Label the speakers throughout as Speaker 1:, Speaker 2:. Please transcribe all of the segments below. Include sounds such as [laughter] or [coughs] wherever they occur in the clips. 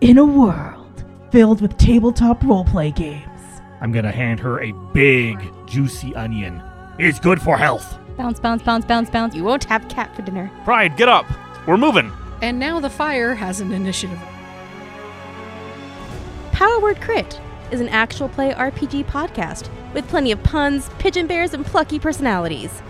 Speaker 1: in a world filled with tabletop roleplay games.
Speaker 2: I'm gonna hand her a big, juicy onion. It's good for health.
Speaker 3: Bounce, bounce, bounce, bounce, bounce. You won't have cat for dinner.
Speaker 4: Pride, get up. We're moving.
Speaker 5: And now the fire has an initiative.
Speaker 3: Power Word Crit is an actual play RPG podcast with plenty of puns, pigeon bears, and plucky personalities.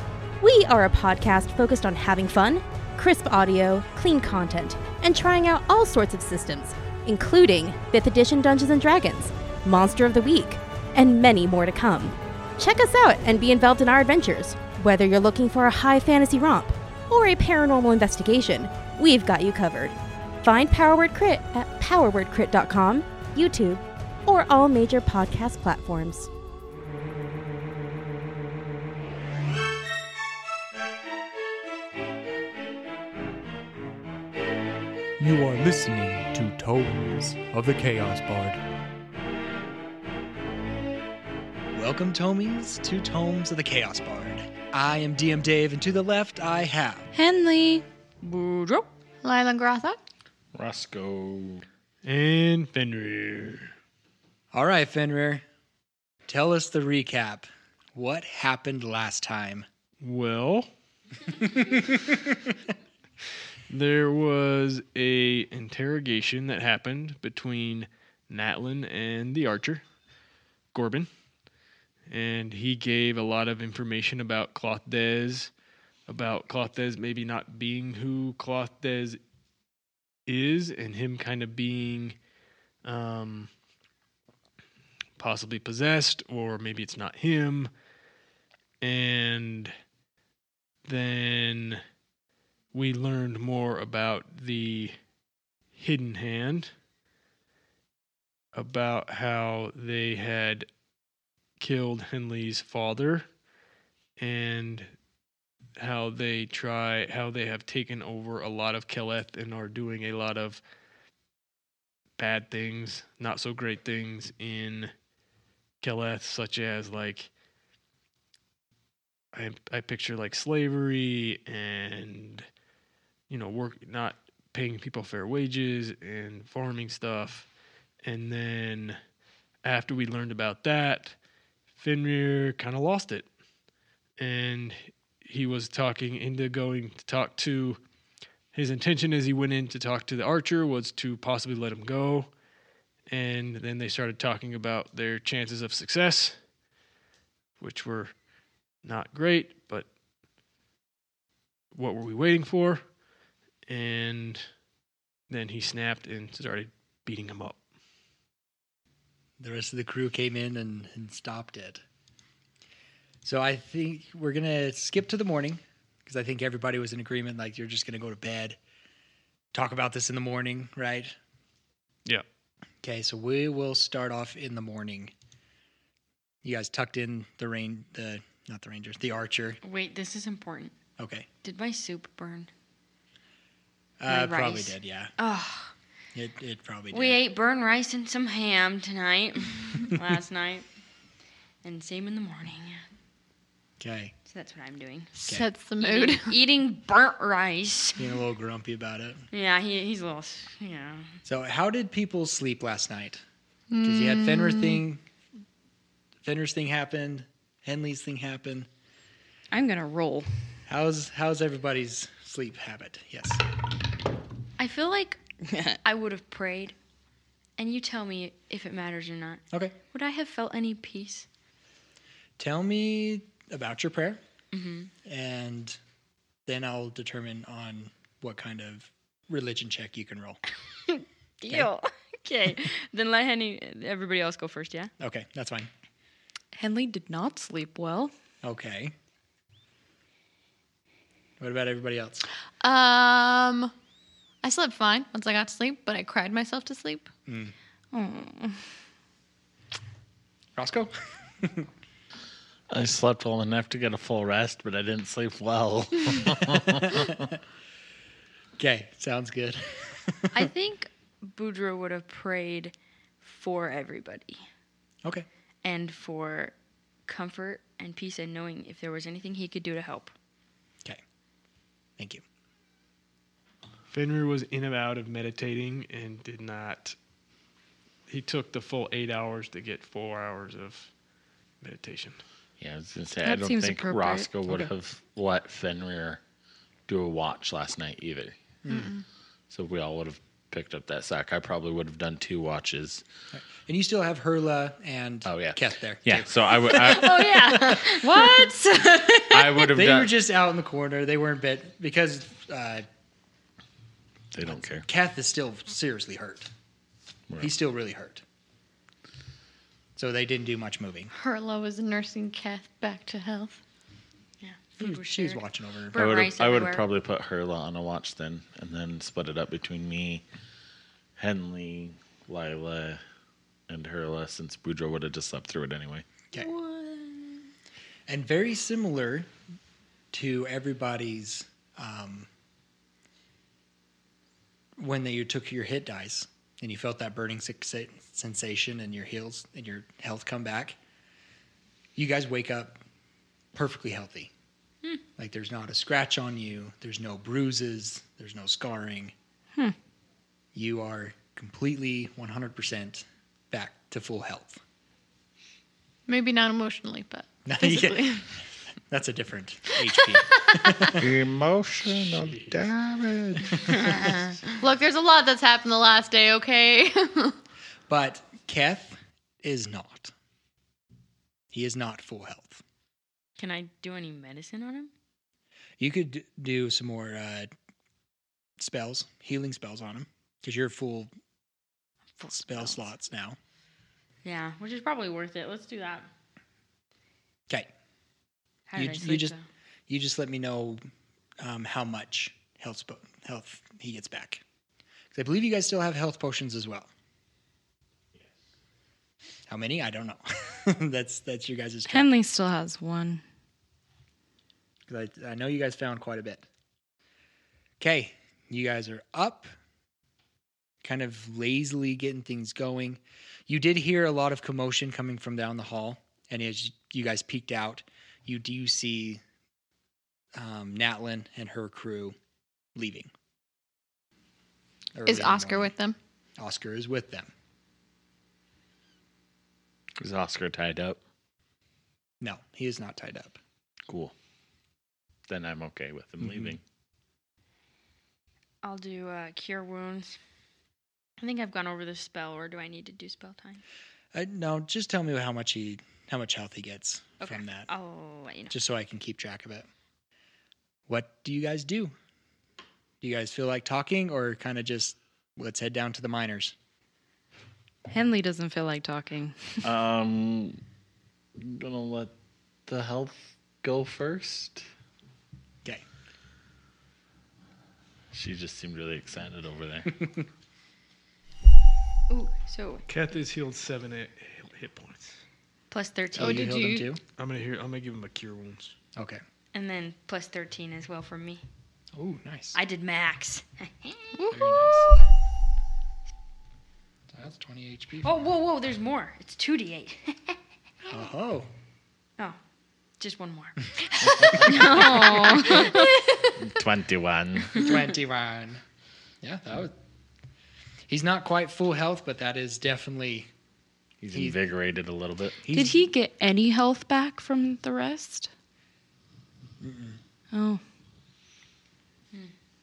Speaker 3: We are a podcast focused on having fun, crisp audio, clean content, and trying out all sorts of systems, including 5th edition Dungeons and Dragons, Monster of the Week, and many more to come. Check us out and be involved in our adventures. Whether you're looking for a high fantasy romp or a paranormal investigation, we've got you covered. Find Power Word Crit at powerwordcrit.com, YouTube, or all major podcast platforms.
Speaker 6: You are listening to Tomes of the Chaos Bard.
Speaker 7: Welcome, Tomies, to Tomes of the Chaos Bard. I am DM Dave, and to the left I have.
Speaker 5: Henley,
Speaker 8: Lylan Grotha.
Speaker 9: Roscoe.
Speaker 6: And Fenrir.
Speaker 7: All right, Fenrir, tell us the recap. What happened last time?
Speaker 9: Well, there was a interrogation that happened between Natlin and the archer, Gorbin, and he gave a lot of information about Clothdez, about Clothdez maybe not being who Clothdez is, and him kind of being um, possibly possessed, or maybe it's not him and then we learned more about the hidden hand about how they had killed Henley's father and how they try how they have taken over a lot of Keleth and are doing a lot of bad things, not so great things in Keleth such as like I I picture like slavery and you know work not paying people fair wages and farming stuff, and then after we learned about that, Fenrir kind of lost it, and he was talking into going to talk to. His intention as he went in to talk to the archer was to possibly let him go. And then they started talking about their chances of success, which were not great, but what were we waiting for? And then he snapped and started beating him up.
Speaker 7: The rest of the crew came in and, and stopped it. So I think we're going to skip to the morning because I think everybody was in agreement. Like, you're just going to go to bed, talk about this in the morning, right?
Speaker 9: Yeah.
Speaker 7: Okay, so we will start off in the morning. You guys tucked in the rain, the not the rangers, the archer.
Speaker 8: Wait, this is important.
Speaker 7: Okay,
Speaker 8: Did my soup burn? My
Speaker 7: uh, probably
Speaker 8: rice.
Speaker 7: did. Yeah,
Speaker 8: Oh,
Speaker 7: it it probably did.
Speaker 8: we ate burn rice and some ham tonight, [laughs] last night, and same in the morning.
Speaker 7: Okay,
Speaker 8: So that's what I'm doing.
Speaker 7: Sets
Speaker 8: Sets
Speaker 5: the
Speaker 8: Eating, eating burnt rice.
Speaker 7: being a little grumpy about it.
Speaker 8: Yeah, he, he's a little, s- you know.
Speaker 7: So, how did people sleep last night? Because you had Fenrir
Speaker 10: Mm.
Speaker 7: thing, Fenrir's thing happened, Henley's thing happened.
Speaker 10: I'm gonna roll.
Speaker 7: How's how's everybody's sleep habit? Yes.
Speaker 8: I feel
Speaker 7: [laughs]
Speaker 8: like I would have prayed, and you tell me if it matters or not.
Speaker 7: Okay.
Speaker 8: Would I have felt any peace?
Speaker 7: Tell me about your prayer, Mm-hmm. and then I'll determine on what kind of religion check you can roll.
Speaker 8: Deal. [laughs] Okay. then let Henny, everybody else go first, yeah?
Speaker 7: Okay, that's fine.
Speaker 10: Henley did not sleep well.
Speaker 7: Okay. What about everybody else?
Speaker 5: Um, I slept fine once I got to sleep, but I cried myself to sleep.
Speaker 7: Mm.
Speaker 11: [laughs]
Speaker 7: Roscoe?
Speaker 9: I slept well enough to get a full rest, but I didn't
Speaker 11: [laughs]
Speaker 9: sleep well.
Speaker 7: Okay, sounds good.
Speaker 8: I think Boudreaux would have prayed for everybody
Speaker 7: Okay.
Speaker 8: and for comfort and peace and knowing if there was anything he could do to help.
Speaker 7: Okay. Thank you.
Speaker 9: Fenrir was in and out of meditating and did not he took the full eight hours to get four hours of meditation.
Speaker 11: Yeah, I was gonna say I
Speaker 9: That
Speaker 11: don't
Speaker 9: seems
Speaker 11: think
Speaker 9: appropriate.
Speaker 11: Roscoe would
Speaker 9: Okay.
Speaker 11: have let Fenrir do a watch last night either.
Speaker 9: Hmm. Mm-hmm.
Speaker 7: Mm.
Speaker 11: So we all would have picked up that sack. I probably would have done two watches.
Speaker 7: And you still have Hurla and
Speaker 11: Oh yeah,
Speaker 7: Keth there.
Speaker 11: Yeah,
Speaker 7: too.
Speaker 11: so I would. I,
Speaker 5: [laughs] Oh, yeah. What?
Speaker 11: [laughs] I would have
Speaker 7: They
Speaker 11: done.
Speaker 7: were just out in the corner. They weren't bit because uh,
Speaker 11: they don't care.
Speaker 7: Kath is still seriously hurt. He's still really hurt. So they didn't do much moving.
Speaker 5: Herla was nursing Kath back to health.
Speaker 7: She was- she was watching over.
Speaker 11: I
Speaker 7: her.
Speaker 11: would have.
Speaker 5: rice
Speaker 11: I would have
Speaker 5: everywhere.
Speaker 11: probably put Herla on a watch then, and then split it up between me, Henley, Lila, and Herla, since Boudreaux would have just slept through it anyway.
Speaker 7: Okay. And very similar to everybody's um, when they, you took your hit dice and you felt that burning sex- sensation and your heels and your health come back. You guys wake up perfectly healthy.
Speaker 5: Hmm.
Speaker 7: Like there's not a scratch on you. There's no bruises. There's no scarring.
Speaker 10: Hmm.
Speaker 7: You are completely 100% back to full health. [laughs]
Speaker 5: Maybe not emotionally, but
Speaker 11: [laughs]
Speaker 5: [laughs]
Speaker 7: Not
Speaker 5: physically.
Speaker 7: yet. That's a different HP.
Speaker 11: Emotional
Speaker 7: [laughs] damage.
Speaker 5: Look, there's a lot that's happened the last day, okay?
Speaker 7: [laughs]
Speaker 5: [laughs]
Speaker 7: but Keth is not. He is not full health.
Speaker 8: Can I do any medicine on him?
Speaker 7: You could d- do some more uh, spells, healing spells on him, because you're full, spell slots now.
Speaker 8: Yeah, which is probably worth it. Let's do that.
Speaker 7: Okay.
Speaker 8: How
Speaker 7: You,
Speaker 8: did I
Speaker 7: j- you
Speaker 8: sleep,
Speaker 7: just
Speaker 8: though?
Speaker 7: you just let me know um, how much health spo- health he gets back. 'Cause I believe you guys still have health potions as well. How many? I don't know. [laughs] that's that's your guys' choice.
Speaker 10: Henley still has one.
Speaker 7: 'Cause I, I know you guys found quite a bit. Okay, you guys are up, kind of lazily getting things going. You did hear a lot of commotion coming from down the hall, and as you guys peeked out, you do see um, Natlin and her crew leaving. Early in
Speaker 5: Is
Speaker 7: the
Speaker 5: Oscar
Speaker 7: morning.
Speaker 5: with them?
Speaker 7: Oscar is with them.
Speaker 11: Is Oscar tied up?
Speaker 7: No, he is not tied up.
Speaker 11: Cool. Then I'm okay with him
Speaker 7: Mhm.
Speaker 11: leaving.
Speaker 8: I'll do uh, cure wounds. I think I've gone over this spell, or do I need to do spell time?
Speaker 7: Uh, no, just tell me how much he how much health he gets
Speaker 8: Okay.
Speaker 7: from that.
Speaker 8: I'll let you know.
Speaker 7: just so I can keep track of it. What do you guys do? Do you guys feel like talking or kind of just let's head down to the miners?
Speaker 10: Henley doesn't feel like talking.
Speaker 11: um, I'm gonna let the health go first.
Speaker 7: 'Kay.
Speaker 11: She just seemed really excited over
Speaker 7: [laughs]
Speaker 11: there.
Speaker 8: Ooh, so
Speaker 9: Kath is healed seven hit, hit points.
Speaker 8: plus thirteen.
Speaker 5: Oh, did you?
Speaker 7: too?
Speaker 9: I'm gonna hear. I'm gonna give him a cure wounds.
Speaker 7: Okay.
Speaker 8: And then plus thirteen as well for me.
Speaker 7: Oh, nice.
Speaker 8: I did max. [laughs]
Speaker 7: That's 20 HP.
Speaker 8: oh, whoa, whoa! There's more. It's two d eight. [laughs]
Speaker 7: Oh,
Speaker 8: Oh, just one
Speaker 7: [laughs]
Speaker 8: more. [laughs]
Speaker 7: [laughs]
Speaker 11: Twenty-one.
Speaker 7: 21. Yeah, that was. He's not quite full health, but that is definitely.
Speaker 11: He's invigorated a little bit.
Speaker 7: He's,
Speaker 10: Did he get any health back from the rest? Oh,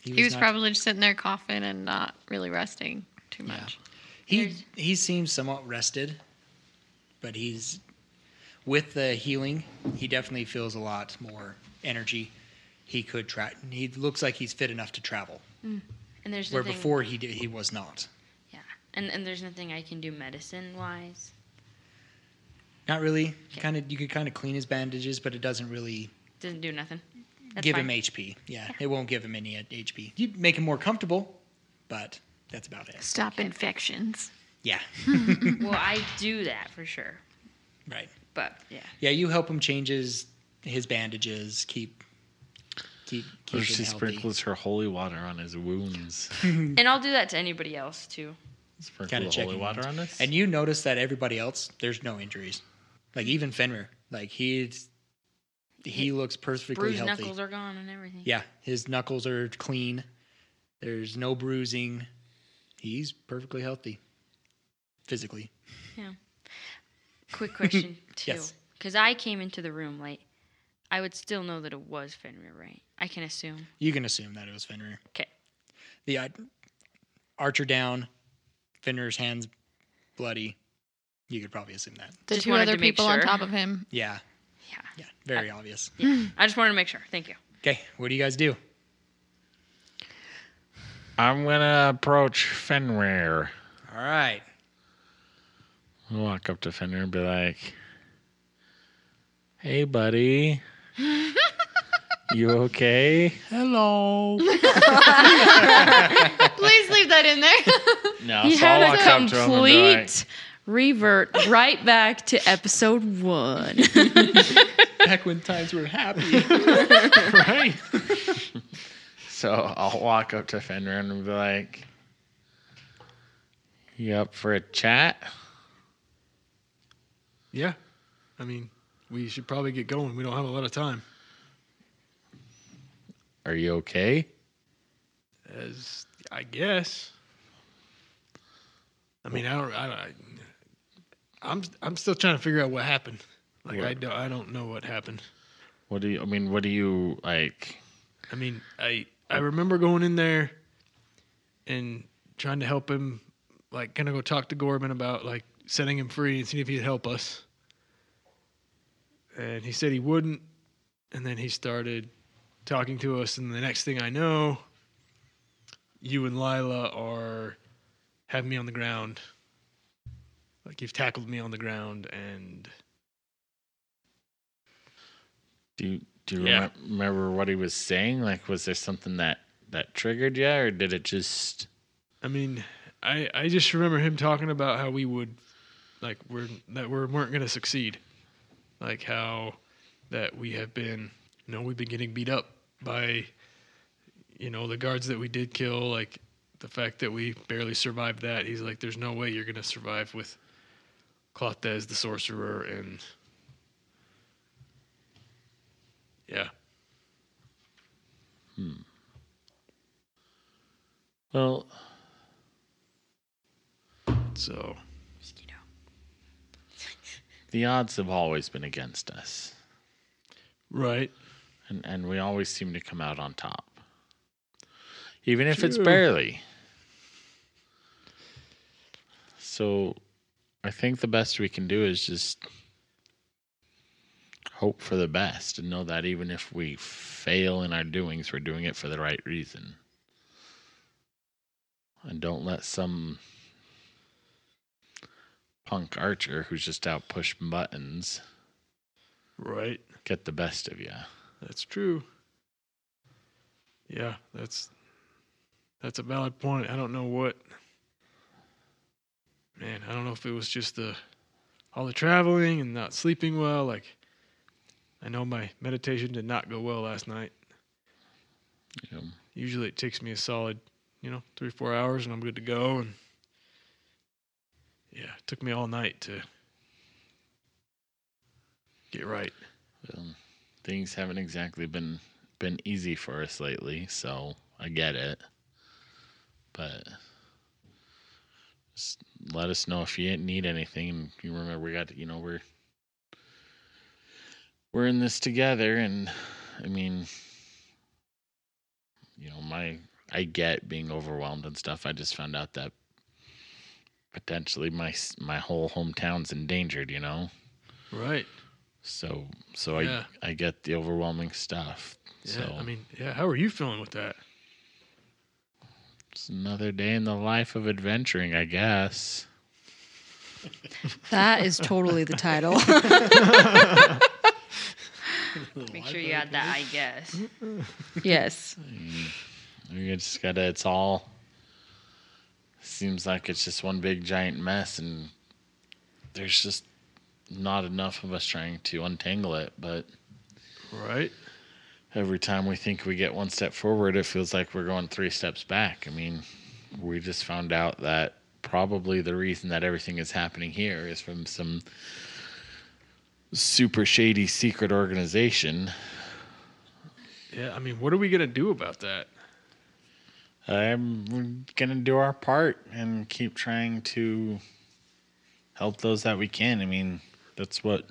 Speaker 5: He was,
Speaker 7: not-
Speaker 5: probably just sitting there coughing and not really resting too
Speaker 7: Yeah.
Speaker 5: much.
Speaker 7: He
Speaker 8: There's-
Speaker 7: he seems somewhat rested, but he's with the healing. He definitely feels a lot more energy. He could try. He looks like he's fit enough to travel,
Speaker 8: Mm. And there's
Speaker 7: where
Speaker 8: nothing,
Speaker 7: before he did, he was not.
Speaker 8: Yeah, and and there's nothing I can do medicine wise.
Speaker 7: Not really. Kind of. You could kind of clean his bandages, but it doesn't really
Speaker 8: Doesn't do nothing. That's
Speaker 7: give
Speaker 8: fine.
Speaker 7: him HP. Yeah, it won't give him any uh, HP. You make him more comfortable, but that's about it.
Speaker 5: Stop infections.
Speaker 7: Yeah.
Speaker 8: [laughs] well, I do that for sure.
Speaker 7: Right.
Speaker 8: But yeah,
Speaker 7: Yeah. You help him change his his bandages. Keep. Keep.
Speaker 11: Or
Speaker 7: keep him
Speaker 11: she
Speaker 7: healthy.
Speaker 11: sprinkles her holy water on his wounds.
Speaker 7: [laughs]
Speaker 8: and I'll do that to anybody else too.
Speaker 11: Sprinkle
Speaker 7: kind
Speaker 11: the
Speaker 7: of
Speaker 11: holy
Speaker 7: checking
Speaker 11: water on us.
Speaker 7: And you notice that everybody else, there's no injuries. Like even Fenrir, like he's he looks perfectly
Speaker 8: Bruised
Speaker 7: healthy.
Speaker 8: knuckles are gone and everything.
Speaker 7: Yeah, his knuckles are clean. There's no bruising. He's perfectly healthy. physically.
Speaker 8: Yeah. Quick
Speaker 7: [laughs]
Speaker 8: question too,
Speaker 7: Yes.
Speaker 8: because I came into the room late. I would still know that it was Fenrir, right? I can assume.
Speaker 7: You can assume that it was Fenrir.
Speaker 8: 'Kay.
Speaker 7: The uh, archer down, Fenrir's hands bloody. You could probably assume that.
Speaker 5: The
Speaker 8: Just
Speaker 5: two
Speaker 8: wanted
Speaker 5: other
Speaker 8: to make
Speaker 5: people on
Speaker 8: sure.
Speaker 5: top of him.
Speaker 7: [laughs] Yeah.
Speaker 8: Yeah. Uh,
Speaker 7: Yeah. Very obvious.
Speaker 8: Yeah. [sighs] I just wanted to make sure. Thank
Speaker 7: [laughs]
Speaker 8: you.
Speaker 7: Okay. What do you guys do?
Speaker 11: I'm gonna approach Fenrir.
Speaker 7: All right. [laughs]
Speaker 11: I'll walk up to Fenrir and be like, "Hey, buddy, you okay?"
Speaker 5: [laughs]
Speaker 6: Hello.
Speaker 5: Please leave that in there. [laughs]
Speaker 11: No,
Speaker 10: He
Speaker 11: so I'll walk
Speaker 10: had a
Speaker 11: up to him and be like,
Speaker 10: complete revert right back to episode one.
Speaker 6: Back when times were
Speaker 8: [laughs]
Speaker 6: happy.
Speaker 11: right? so I'll walk up to Fenrir and be like, "You up for a chat?"
Speaker 9: Yeah. I mean, we should probably get going. We don't have a lot of time.
Speaker 11: Are you okay?
Speaker 9: As I guess. I mean, I don't. I don't I, I'm. I'm still trying to figure out what happened. Like I
Speaker 11: What?
Speaker 9: don't. I don't know what happened.
Speaker 11: What do you? I mean, what do you like?
Speaker 9: I mean, I. I remember going in there, and trying to help him. Like, gonna go talk to Gorman about like setting him free and seeing if he'd help us. And he said he wouldn't. And then he started talking to us. And the next thing I know, you and Lila are have me on the ground. Like you've tackled me on the ground, and
Speaker 11: Do you do you
Speaker 9: Yeah.
Speaker 11: remem- remember what he was saying? Like, was there something that that triggered you, or did it just?
Speaker 9: I mean, I I just remember him talking about how we would, like we're that we weren't gonna succeed, like how that we have been, you know, we've been getting beat up by, you know, the guards that we did kill, like the fact that we barely survived that. He's like, there's no way you're gonna survive with Clothez the sorcerer and. Yeah.
Speaker 11: Hmm. Well,
Speaker 9: So
Speaker 11: the odds have always been against us,
Speaker 9: right.
Speaker 11: and and we always seem to come out on top, even if it's
Speaker 9: True.
Speaker 11: barely. So, I think the best we can do is just hope for the best and know that even if we fail in our doings, we're doing it for the right reason. And don't let some punk archer who's just out pushing buttons
Speaker 9: Right.
Speaker 11: get the best of you.
Speaker 9: That's true. Yeah, that's that's a valid point. I don't know what man, I don't know if it was just the all the traveling and not sleeping well. Like I know my meditation did not go well last night.
Speaker 11: you know.
Speaker 9: Usually it takes me a solid, you know, three, four hours and I'm good to go and yeah, it took me all night to get right.
Speaker 11: Um, things haven't exactly been been easy for us lately, so I get it. But just let us know if you need anything. You remember we got you know we're we're in this together, and I mean, you know my I get being overwhelmed and stuff. I just found out that potentially my s- my whole hometown's endangered. You know.
Speaker 9: Right.
Speaker 11: So so
Speaker 9: Yeah.
Speaker 11: I I get the overwhelming stuff.
Speaker 9: Yeah.
Speaker 11: so
Speaker 9: I mean, yeah, how are you feeling with that?
Speaker 11: it's another day in the life of adventuring, I guess.
Speaker 10: that is totally the title.
Speaker 8: Make sure you add that. I
Speaker 7: [laughs]
Speaker 8: guess.
Speaker 10: yes.
Speaker 11: Mm. You just gotta it's all seems like it's just one big giant mess and there's just not enough of us trying to untangle it, but
Speaker 9: Right.
Speaker 11: every time we think we get one step forward, it feels like we're going three steps back. I mean, we just found out that probably the reason that everything is happening here is from some super shady secret organization.
Speaker 9: Yeah, I mean, what are we gonna do about that?
Speaker 11: I'm going to do our part and keep trying to help those that we can. I mean, that's what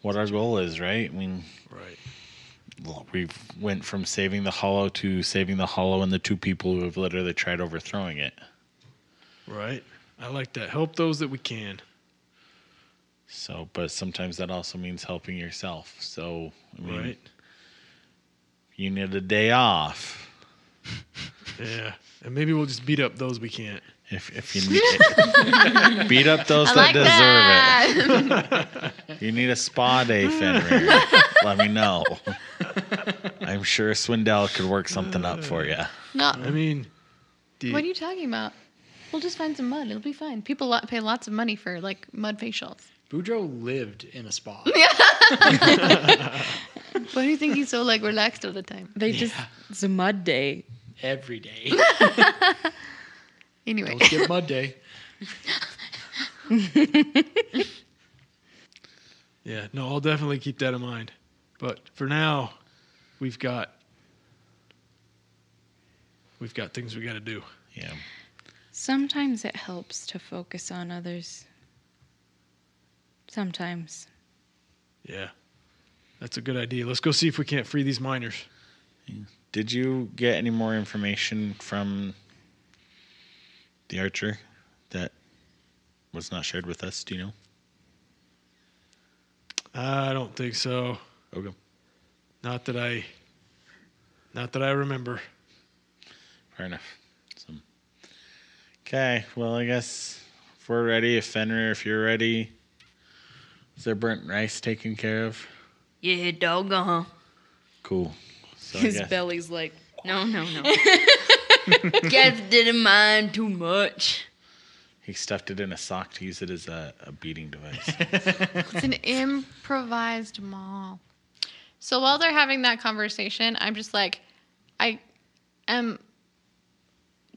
Speaker 11: what our goal is, right? I mean,
Speaker 6: right.
Speaker 11: We went from saving the hollow to saving the hollow and the two people who have literally tried overthrowing it.
Speaker 9: Right. I like that. Help those that we
Speaker 7: [laughs]
Speaker 9: can.
Speaker 11: So, but sometimes that also means helping yourself. So, I mean,
Speaker 9: Right.
Speaker 11: you need a day off.
Speaker 9: Yeah. And maybe we'll just beat up those we can't.
Speaker 11: If, if you need beat up those that deserve it. [laughs] You need a spa day, Fenrir. Let me know. I'm sure Swindell could work something up for you.
Speaker 5: No.
Speaker 9: I mean, do
Speaker 5: What are you talking about? We'll just find some mud. It'll be fine. People lot, pay lots of money for like
Speaker 11: [laughs]
Speaker 5: mud facials.
Speaker 7: Boudreaux lived in
Speaker 8: [laughs]
Speaker 7: a spa.
Speaker 5: Why do you think he's so like relaxed all the time?
Speaker 10: They just it's a
Speaker 11: [laughs]
Speaker 5: [laughs]
Speaker 10: mud day.
Speaker 7: Every
Speaker 8: [laughs]
Speaker 7: day.
Speaker 5: Anyway.
Speaker 7: Don't skip mud
Speaker 8: [laughs]
Speaker 7: day.
Speaker 9: yeah, no, I'll definitely keep that in mind. But for now, we've got we've got things we got to do.
Speaker 11: Yeah.
Speaker 10: Sometimes it helps to focus on others. Sometimes.
Speaker 9: Yeah. That's a good idea. Let's go see if we can't free these miners.
Speaker 11: Did you get any more information from the archer that was not shared with us? Do you know?
Speaker 9: I don't think so.
Speaker 11: Okay.
Speaker 9: Not that I not that I remember.
Speaker 11: Fair enough. Okay. Well, I guess if we're ready, if Fenrir, if you're ready, is there burnt rice taken care of?
Speaker 8: Yeah, doggone.
Speaker 11: Cool. So I
Speaker 10: His
Speaker 11: guess-
Speaker 10: belly's like
Speaker 8: No, no, [laughs] no. Guys didn't mind too much.
Speaker 11: He stuffed it in a sock to use it as a, a beating device.
Speaker 5: It's an improvised mall. So while they're having that conversation, I'm just like, I am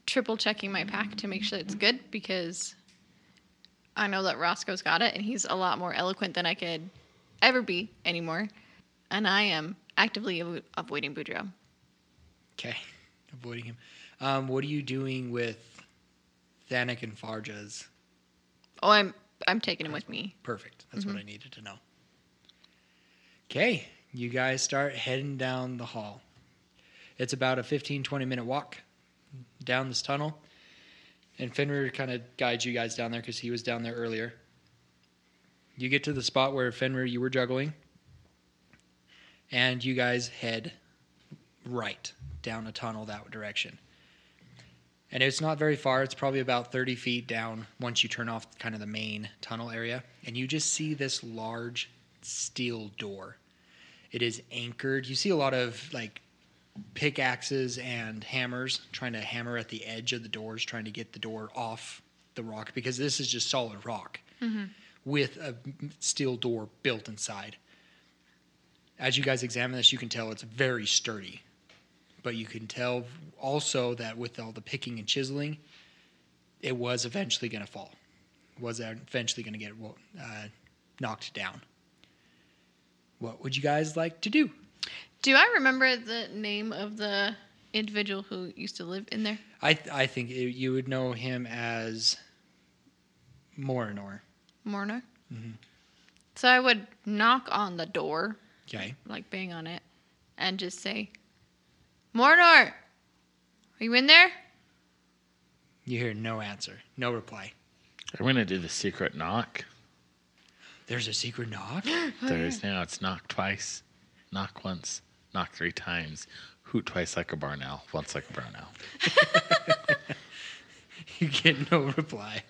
Speaker 5: triple checking my pack to make sure it's good because I know that Roscoe's got it and he's a lot more eloquent than I could ever be anymore. And I am actively avo- avoiding Boudreaux.
Speaker 7: Okay, avoiding him. Um, what are you doing with Thanik and Farja's?
Speaker 5: Oh, I'm I'm taking him with me.
Speaker 7: Perfect. That's what I needed to know. Okay, you guys start heading down the hall. It's about a 15, 20 minute walk down this tunnel. And Fenrir kind of guides you guys down there because he was down there earlier. You get to the spot where Fenrir, you were juggling. And you guys head right down a tunnel that direction. And it's not very far. It's probably about 30 feet down once you turn off kind of the main tunnel area. And you just see this large steel door. It is anchored. You see a lot of like pickaxes and hammers trying to hammer at the edge of the doors, trying to get the door off the rock because this is just solid rock with a steel door built inside. As you guys examine this, you can tell it's very sturdy. But you can tell also that with all the picking and chiseling, it was eventually going to fall, was eventually going to get wo- uh, knocked down. What would you guys like to do?
Speaker 5: Do I remember the name of the individual who used to live in there?
Speaker 7: I, th- I think it, you would know him as Morinor.
Speaker 5: Morna? So I would knock on the door,
Speaker 7: Okay.
Speaker 5: like bang on it, and just say, Mornor, are you in there?
Speaker 7: You hear no answer, no reply. [laughs]
Speaker 11: I'm going to do the secret knock.
Speaker 7: There's a secret knock?
Speaker 11: There is now. It's knock twice, knock once, knock three times, hoot twice like a barn owl, once like a brown owl.
Speaker 7: you get no reply.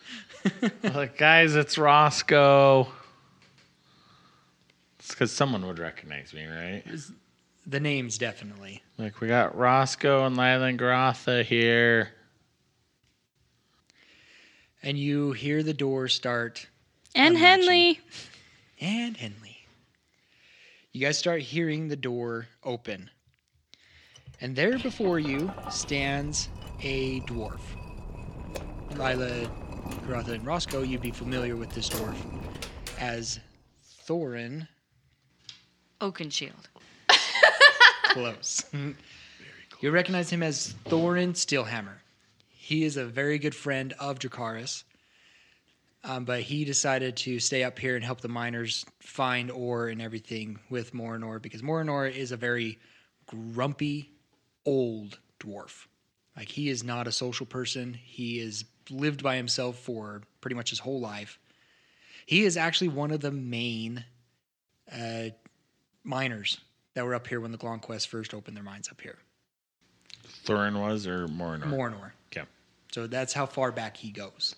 Speaker 11: I was [laughs] like, guys, it's Roscoe. It's because someone would recognize me, right?
Speaker 7: The names definitely.
Speaker 11: Like, we got Roscoe and Lila and Garotha here.
Speaker 7: And you hear the door start
Speaker 10: And Henley.
Speaker 7: and Henley. You guys start hearing the door open. And there before you stands a dwarf. Lila, Karatha, and Roscoe, you'd be familiar with this dwarf as Thorin.
Speaker 8: Oakenshield.
Speaker 7: Close. [laughs] you recognize him as Thorin Steelhammer. He is a very good friend of Dracaris. Um, but he decided to stay up here and help the miners find ore and everything with Morinor because Morinor is a very grumpy old dwarf. Like he is not a social person. He has lived by himself for pretty much his whole life. He is actually one of the main uh, miners that were up here when the Glonquest first opened their mines up here.
Speaker 11: Thorin was or Morinor?
Speaker 7: Morinor.
Speaker 11: Okay.
Speaker 7: So that's how far back he goes.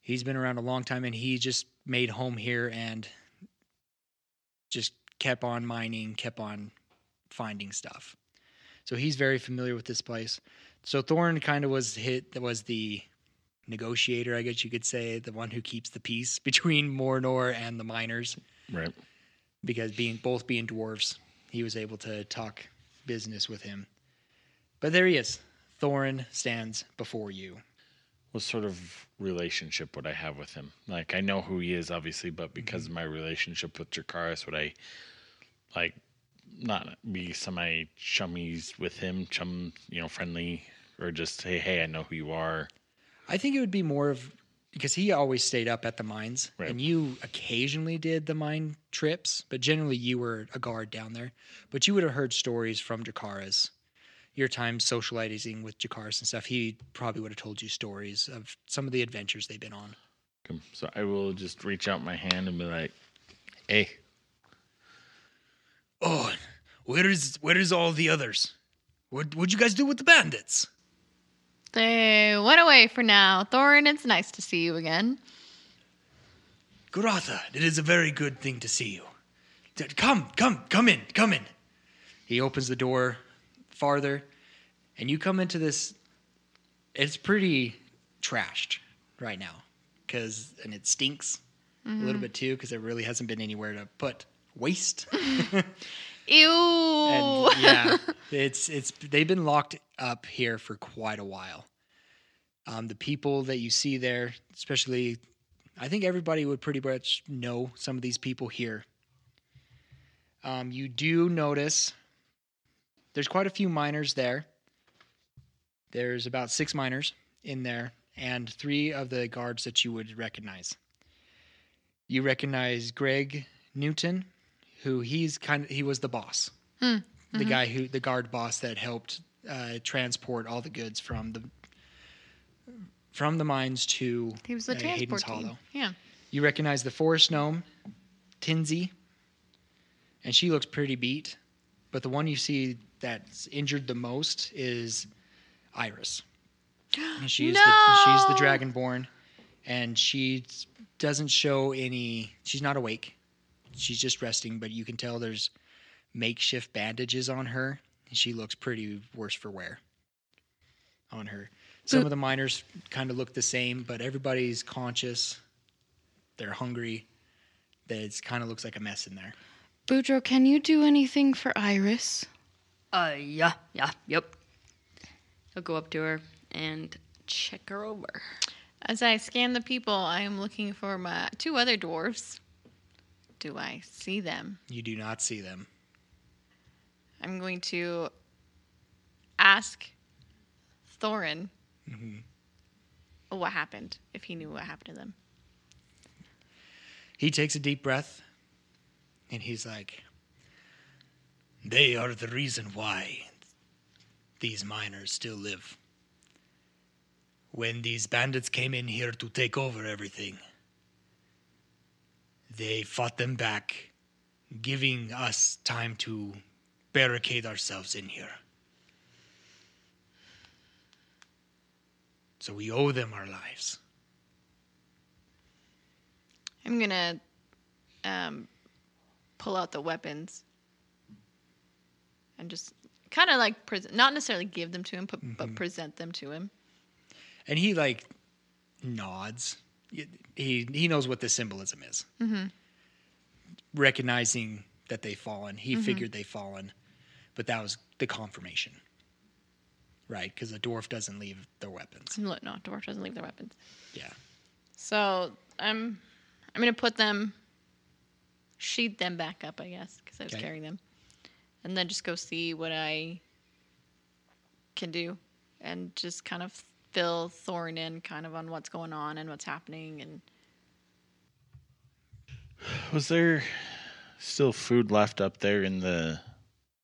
Speaker 7: He's been around a long time and he just made home here and just kept on mining, kept on finding stuff. So he's very familiar with this place. So Thorn kind of was hit that was the negotiator, I guess you could say, the one who keeps the peace [laughs] between Morinor and the miners.
Speaker 11: Right.
Speaker 7: Because being both being dwarves, he was able to talk business with him. But there he is. Thorin stands before you.
Speaker 11: What sort of relationship would I have with him? Like I know who he is, obviously, but because of my relationship with Dracaris, would I like not be semi chummies with him, chum, you know, friendly, or just say, hey, I know who you are.
Speaker 7: I think it would be more of because he always stayed up at the mines,
Speaker 11: Right.
Speaker 7: and you occasionally did the mine trips, but generally you were a guard down there. But you would have heard stories from Jakaras, your time socializing with Jakaras and stuff. He probably would have told you stories of some of the adventures they've been on.
Speaker 11: Come- So I will just reach out my hand and be like, hey,
Speaker 7: Oh, where is where is all the others? What what'd you guys do with the bandits?
Speaker 5: They went away for now. Thorin, it's nice to see you again.
Speaker 7: Guratha, it is a very good thing to see you. D- Come, come, come in, come in. He opens the door farther, and you come into this. It's pretty trashed right now, because and it stinks a little
Speaker 5: Mhm.
Speaker 7: bit too, because it really hasn't been anywhere to put waste.
Speaker 5: Ew. [laughs]
Speaker 7: And yeah, it's it's they've been locked up here for quite a while. Um, the people that you see there, especially, I think everybody would pretty much know some of these people here. Um, you do notice there's quite a few miners there. There's about six miners in there, and three of the guards that you would recognize. You recognize Greg Newton, who he's kind of he was the boss
Speaker 5: Hmm.
Speaker 7: the
Speaker 5: Mhm.
Speaker 7: guy who the guard boss that helped uh, transport all the goods from the from the mines to
Speaker 5: He was the
Speaker 7: uh,
Speaker 5: transport
Speaker 7: Hayden's
Speaker 5: team.
Speaker 7: Hollow.
Speaker 5: Yeah.
Speaker 7: You recognize the forest gnome, Tinsy, and she looks pretty beat. But the one you see that's injured the most is Iris. And She's the she's the
Speaker 5: No!
Speaker 7: dragonborn, and she doesn't show any. She's not awake. She's just resting, but you can tell there's makeshift bandages on her, and she looks pretty worse for wear on her. Some of the miners kind of look the same, but everybody's conscious. They're hungry. That it kind of looks like a mess in there.
Speaker 10: Boudreaux, can you do anything for Iris?
Speaker 8: Uh, yeah, yeah, yep. I'll go up to her and check her over.
Speaker 5: As I scan the people, I am looking for my two other dwarves. Do I see them?
Speaker 7: You do not see them.
Speaker 5: I'm going to ask Thorin
Speaker 7: Mm-hmm.
Speaker 5: what happened, if he knew what happened to them.
Speaker 7: He takes a deep breath and he's like, They are the reason why these miners still live. When these bandits came in here to take over everything, they fought them back, giving us time to barricade ourselves in here. So we owe them our lives.
Speaker 5: I'm gonna um, pull out the weapons and just kind of like present, not necessarily give them to him, but,
Speaker 7: Mm-hmm.
Speaker 5: but present them to him.
Speaker 7: and he like nods. He he knows what the symbolism is,
Speaker 5: Mm-hmm.
Speaker 7: recognizing that they've fallen. He
Speaker 5: Mhm.
Speaker 7: figured they've fallen, but that was the confirmation, right? Because a dwarf doesn't leave their weapons.
Speaker 5: No, no, dwarf doesn't leave their weapons.
Speaker 7: Yeah.
Speaker 5: So I'm, I'm gonna put them, sheet them back up, I guess, because I was
Speaker 7: Okay.
Speaker 5: carrying them, and then just go see what I can do, and just kind of fill Thorin in, kind of on what's going on and what's happening, and
Speaker 11: Was there still food left up there in the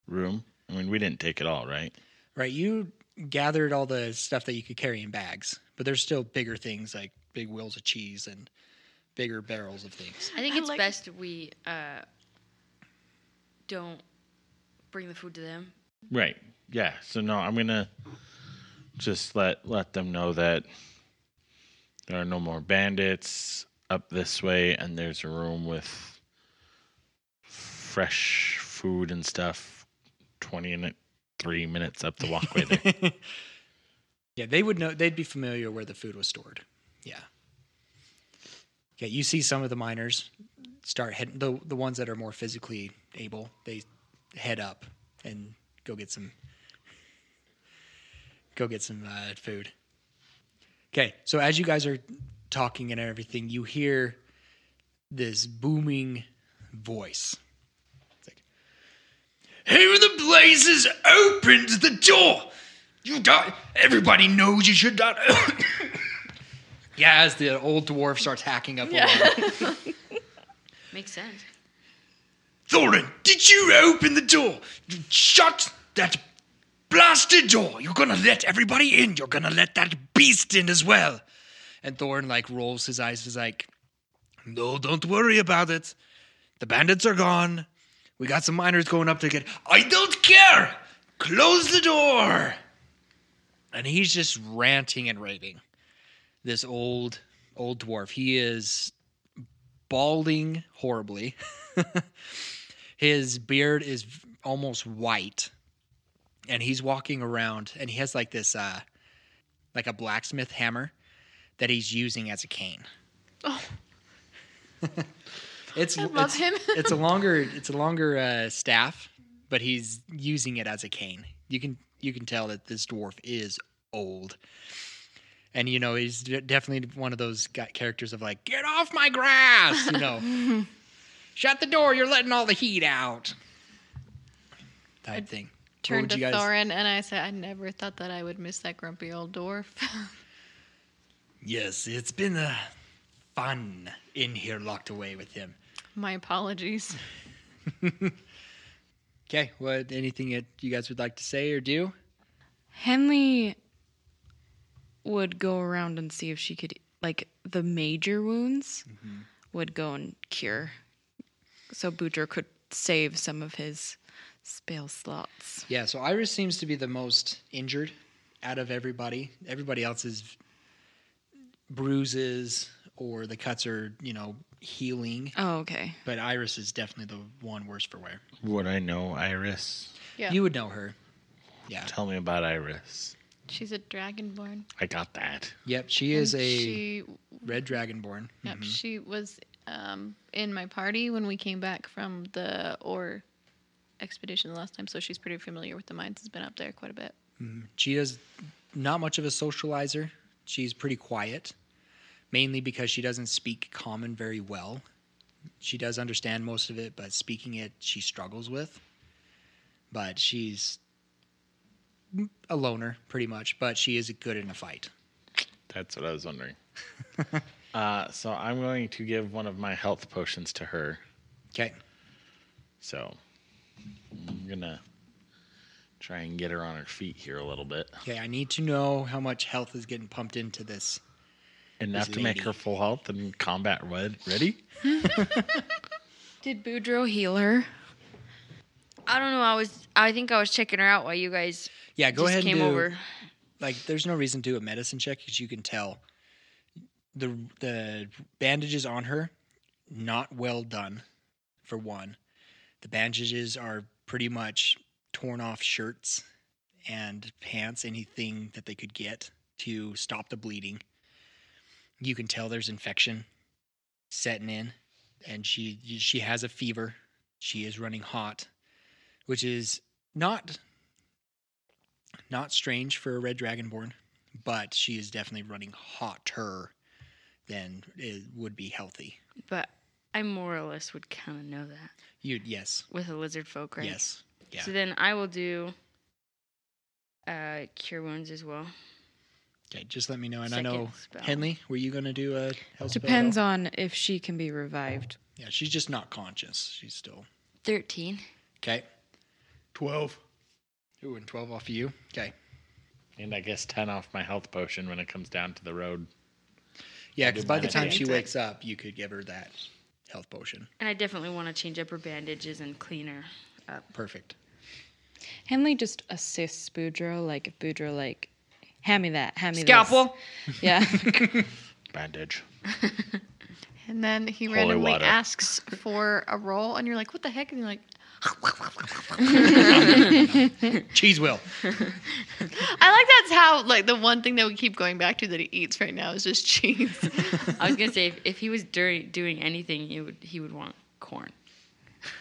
Speaker 11: room? I mean, we didn't take it all, right?
Speaker 7: Right, you gathered all the stuff that you could carry in bags, but there's still bigger things like big wheels of cheese and bigger barrels of things.
Speaker 8: I think it's best we uh, don't bring the food to them.
Speaker 11: Right. Yeah. So no, I'm gonna just let let them know that there are no more bandits up this way, and there's a room with fresh food and stuff. Twenty and three minutes up the walkway there. [laughs]
Speaker 7: Yeah, they would know. They'd be familiar where the food was stored. Yeah. Yeah, you see some of the miners start heading the the ones that are more physically able. They head up and go get some go get some uh, food. Okay, so as you guys are talking and everything, you hear this booming voice.
Speaker 12: Here in the blazes opens the door. You got everybody knows you should not.
Speaker 7: [coughs] Yeah, as the old dwarf starts hacking up
Speaker 8: [laughs]
Speaker 7: a log.
Speaker 8: Makes sense.
Speaker 12: Thorin, did you open the door? You shut that blasted door. You're gonna let everybody in. You're gonna let that beast in as well.
Speaker 7: And Thorin like rolls his eyes, is like,
Speaker 12: No, don't worry about it. The bandits are gone. We got some miners going up to get. I don't care. Close the door.
Speaker 7: and he's just ranting and raving. This old old dwarf, he is balding horribly. [laughs] His beard is v- almost white, and he's walking around, and he has like this, uh, like a blacksmith hammer that he's using as a cane.
Speaker 5: Oh.
Speaker 7: [laughs] It's
Speaker 5: I love
Speaker 7: it's,
Speaker 5: him.
Speaker 7: [laughs] it's
Speaker 5: [laughs]
Speaker 7: a longer it's a longer uh, staff, but he's using it as a cane. You can you can tell that this dwarf is old, and you know he's de- definitely one of those guy- characters of like get off my grass, you know, shut the door, you're letting all the heat out, type thing. What
Speaker 5: Turned
Speaker 7: would
Speaker 5: to
Speaker 7: you guys-
Speaker 5: Thorin and I said, I never thought that I would miss that grumpy old dwarf. [laughs]
Speaker 7: Yes, it's been uh, fun in here locked away with him. [laughs]
Speaker 5: My apologies.
Speaker 7: Okay, what anything that you guys would like to say or do?
Speaker 10: Henley would go around and see if she could, like, the major wounds would go and cure. So Boudreaux could save some of his spell slots.
Speaker 7: Yeah, so Iris seems to be the most injured out of everybody. Everybody else's bruises or the cuts are, you know, healing.
Speaker 10: Oh, okay.
Speaker 7: But Iris is definitely the one worse for wear.
Speaker 11: Would I know Iris?
Speaker 5: Yeah.
Speaker 7: You would know her. Yeah.
Speaker 11: Tell me about Iris.
Speaker 5: She's a dragonborn.
Speaker 11: I got that.
Speaker 7: Yep, she is
Speaker 5: And
Speaker 7: a
Speaker 5: she-
Speaker 7: red dragonborn.
Speaker 5: Yep, she was um, in my party when we came back from the Or expedition last time, so she's pretty familiar with the mines. Has been up there quite a bit.
Speaker 7: Mhm. She is not much of a socializer. She's pretty quiet, mainly because she doesn't speak common very well. She does understand most of it, but speaking it, she struggles with. But she's a loner, pretty much, but she is good in a fight.
Speaker 11: That's what I was
Speaker 7: [laughs]
Speaker 11: wondering. uh, so I'm going to give one of my health potions to her.
Speaker 7: Okay.
Speaker 11: So I'm gonna try and get her on her feet here a little bit,
Speaker 7: Okay, I need to know how much health is getting pumped into this.
Speaker 11: enough
Speaker 7: This
Speaker 11: to make
Speaker 7: lady.
Speaker 11: her full health and combat red ready.
Speaker 10: Did Boudreaux heal her?
Speaker 8: I don't know. I was. I think I was checking her out while you guys.
Speaker 7: Yeah, go
Speaker 8: just
Speaker 7: ahead and
Speaker 8: Came
Speaker 7: do-
Speaker 8: over.
Speaker 7: Like, there's no reason to do a medicine check because you can tell the the bandages on her not well done. For one, the bandages are pretty much torn off shirts and pants, anything that they could get to stop the bleeding. You can tell there's infection setting in, and she she has a fever. She is running hot, which is not not strange for a red dragonborn, but she is definitely running hotter than it would be healthy.
Speaker 8: But I more or less would kind of know that
Speaker 7: You yes,
Speaker 8: with a lizard folk, right?
Speaker 7: yes, yeah.
Speaker 8: So then I will do uh, cure wounds as well.
Speaker 7: okay, just let me know. And I
Speaker 8: Second
Speaker 7: know
Speaker 8: spell.
Speaker 7: Henley, were you gonna do a health
Speaker 10: Depends
Speaker 7: spell?
Speaker 10: on if she can be revived.
Speaker 7: Yeah, she's just not conscious. She's still
Speaker 8: 13.
Speaker 7: okay. Twelve. Ooh, and twelve off of you. Okay.
Speaker 11: And I guess 10 off my health potion when it comes down to the road.
Speaker 7: Yeah,
Speaker 11: I'll
Speaker 7: because
Speaker 11: do
Speaker 7: by the
Speaker 11: mine at
Speaker 7: time
Speaker 11: the
Speaker 7: she
Speaker 11: end.
Speaker 8: [laughs]
Speaker 7: wakes up, you could give her that health potion.
Speaker 8: And I definitely want to change up her bandages and clean her up.
Speaker 7: Perfect. [laughs]
Speaker 10: Henley just assists Boudreaux. Like if Boudreaux like, hand me that, hand me this."
Speaker 8: Scalpel?
Speaker 10: Yeah. [laughs]
Speaker 11: Bandage.
Speaker 5: And then he
Speaker 11: Holy
Speaker 5: randomly
Speaker 11: water.
Speaker 5: asks for a roll, and you're like, "What the heck?" And you're
Speaker 7: [laughs]
Speaker 5: like, [laughs]
Speaker 7: Cheese will.
Speaker 5: "I like that's how like the one thing that we keep going back to that he eats right now is just cheese."
Speaker 8: I was gonna say if, if he was dirty, doing anything, he would he would want corn.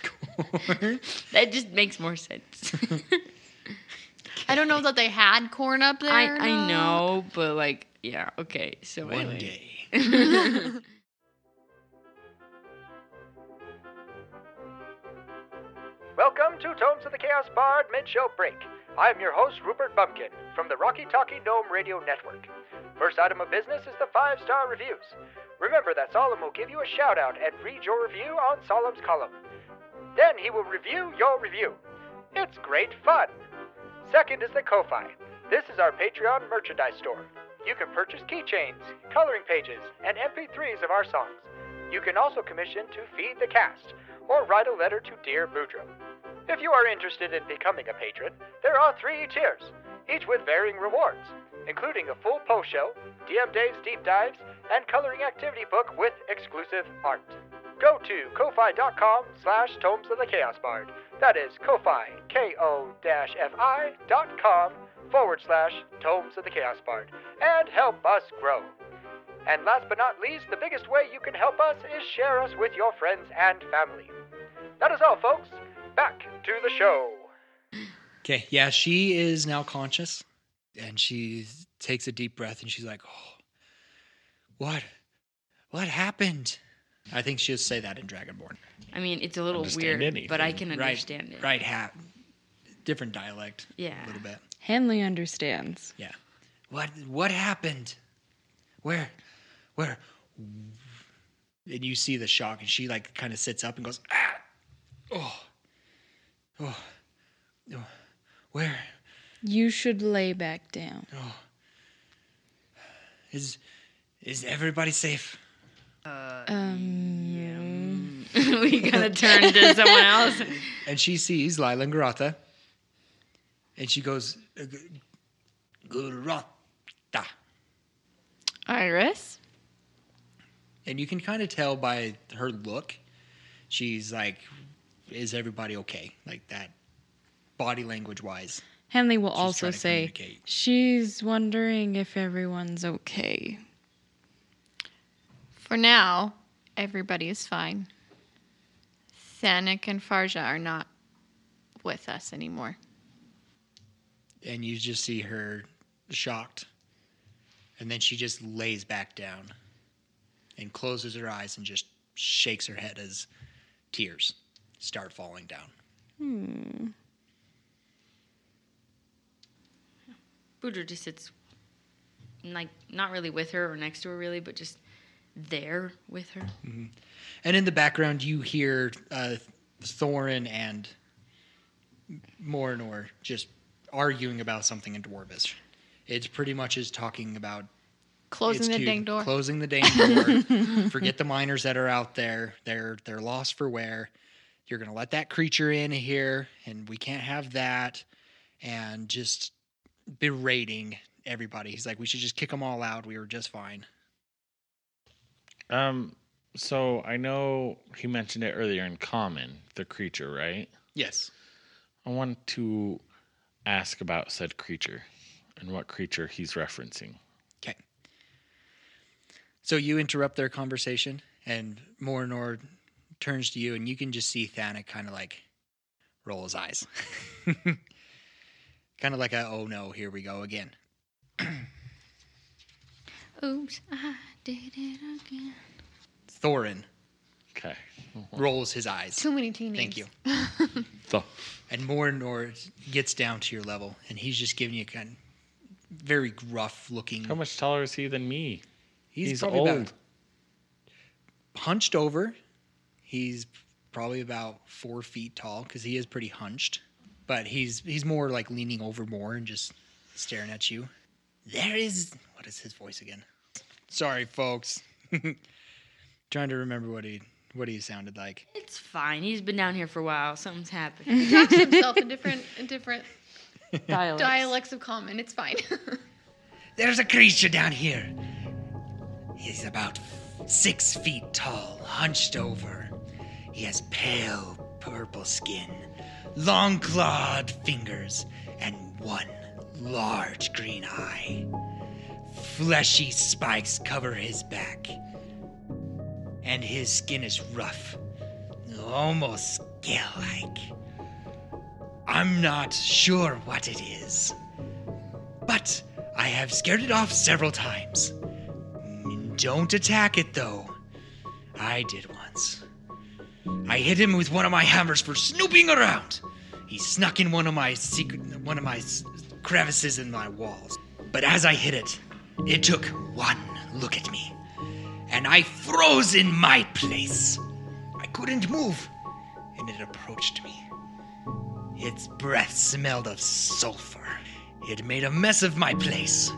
Speaker 8: Corn. [laughs] that just makes more sense.
Speaker 5: I don't know that they had corn up there.
Speaker 8: I,
Speaker 5: or
Speaker 8: I
Speaker 5: not.
Speaker 8: know, but like yeah, okay. So
Speaker 7: One
Speaker 8: anyway.
Speaker 7: day.
Speaker 13: Welcome to Tomes of the Chaos Bard mid-show break. I'm your host, Rupert Bumpkin, from the Rocky Talkie Gnome Radio Network. First item of business is the five-star reviews. Remember that Solemn will give you a shout-out and read your review on Solemn's column. Then he will review your review. It's great fun! Second is the Ko-Fi. This is our Patreon merchandise store. You can purchase keychains, coloring pages, and MP3s of our songs. You can also commission to feed the cast or write a letter to Dear Boudreaux. If you are interested in becoming a patron, there are three tiers, each with varying rewards, including a full post show, DM Dave's deep dives, and coloring activity book with exclusive art. Go to ko-fi.com slash tomes of the chaos bard. That is ko-fi, K-O-F-I dot com forward slash tomes of the chaos bard and help us grow. And last but not least, the biggest way you can help us is share us with your friends and family. That is all, folks. Back to the show.
Speaker 7: Okay. Yeah, she is now conscious, and she takes a deep breath, and she's like, "Oh, what? What happened?" I think she'll say that in Dragonborn.
Speaker 8: [laughs] I mean, it's a little weird, but I can
Speaker 7: Right-
Speaker 8: understand it.
Speaker 7: Right, hat, different dialect.
Speaker 8: Yeah.
Speaker 7: a little bit.
Speaker 10: Henley understands.
Speaker 7: Yeah. What? What happened? Where? Where? And you see the shock, and she like kind of sits up and goes, "Ah, oh, oh, oh, where?"
Speaker 10: You should lay back down.
Speaker 7: Oh. Is is everybody safe?
Speaker 10: Um.
Speaker 8: [laughs] [laughs] we
Speaker 9: [laughs]
Speaker 8: gotta turn to someone else.
Speaker 7: And she sees Lila and Garotha. And she goes, "Uh, G- Garotha.
Speaker 14: Iris?
Speaker 7: And you can kind of tell by her look, she's like, is everybody okay? Like that, body language wise.
Speaker 10: Henley will
Speaker 7: She's
Speaker 10: also
Speaker 7: trying to
Speaker 10: say
Speaker 7: communicate.
Speaker 10: she's wondering if everyone's okay.
Speaker 5: For now, everybody is fine. Thanik and Farja are not with us anymore.
Speaker 7: And you just see her shocked. And then she just lays back down and closes her eyes and just shakes her head as tears start falling down.
Speaker 10: Hmm.
Speaker 8: Boudreaux just sits, like not really with her or next to her really, but just there with her.
Speaker 7: Mhm. And in the background, you hear uh, Thorin and Morinor just arguing about something in Dwarvish. It's pretty much is talking about
Speaker 5: Closing
Speaker 7: it's
Speaker 5: the
Speaker 7: cute,
Speaker 5: dang door.
Speaker 7: Closing the
Speaker 5: [laughs]
Speaker 7: dang door. Forget the miners that are out there. They're they're lost for wear. You're gonna let that creature in here, and we can't have that. And just berating everybody. He's like, we should just kick them all out. We were just fine.
Speaker 11: Um, so I know he mentioned it earlier in common, the creature, right?
Speaker 7: Yes.
Speaker 11: I want to ask about said creature and what creature he's referencing.
Speaker 7: Okay. So you interrupt their conversation, and Morinor turns to you, and you can just see Thanik kind of like roll his eyes. [laughs] kind of like a, oh no, here we go again.
Speaker 8: Oops, I did it again.
Speaker 7: Thorin
Speaker 11: okay.
Speaker 7: rolls his eyes.
Speaker 5: Too many teenagers.
Speaker 7: Thank you. and Morinor gets down to your level, and he's just giving you kind very gruff looking. How
Speaker 11: much taller is he than me?
Speaker 7: He's,
Speaker 11: He's
Speaker 7: probably about
Speaker 11: old.
Speaker 7: hunched over.
Speaker 15: He's probably about four feet tall because he is pretty hunched, but he's he's more like leaning over more and just staring at you. There is what is his voice again? Sorry, folks. [laughs] Trying to remember what he what he sounded like.
Speaker 8: It's fine. He's been down here for a while. Something's
Speaker 5: [laughs]
Speaker 8: [laughs]
Speaker 5: He talks to
Speaker 8: happened.
Speaker 5: himself in different [laughs] in different
Speaker 8: Dialects.
Speaker 5: dialects of common. It's fine. [laughs]
Speaker 7: There's a creature down here. He's about six feet tall, hunched over. He has pale purple skin, long clawed fingers, and one large green eye. Fleshy spikes cover his back, and his skin is rough, almost scale like. I'm not sure what it is, but I have scared it off several times. Don't attack it though. I did once. I hit him with one of my hammers for snooping around. He snuck in one of my secret, one of my s- crevices in my walls. But as I hit it, it took one look at me, and I froze in my place. I couldn't move, and it approached me. Its breath smelled of sulfur. It made a mess of my place,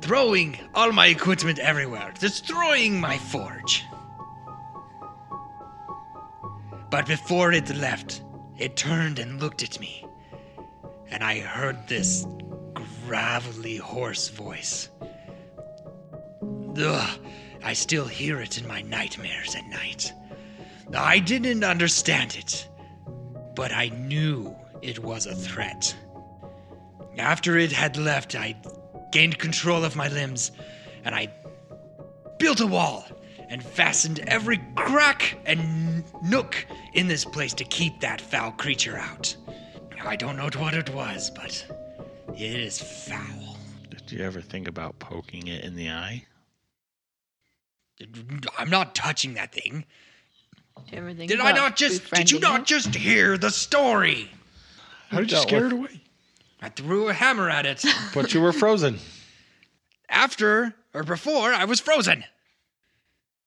Speaker 7: throwing all my equipment everywhere, destroying my forge. But before it left, it turned and looked at me, and I heard this gravelly, hoarse voice. Ugh, I still hear it in my nightmares at night. I didn't understand it, but I knew it was a threat. After it had left, I gained control of my limbs and I built a wall and fastened every crack and nook in this place to keep that foul creature out. I don't know what it was, but it is foul.
Speaker 11: Did you ever think about poking it in the eye?
Speaker 7: I'm not touching that thing.
Speaker 8: Everything
Speaker 7: Did I not just? Did you not just hear the story?
Speaker 11: How did you Dealt scare with- it
Speaker 7: away? I threw a hammer at it.
Speaker 11: But you were frozen.
Speaker 7: After or before, I was frozen.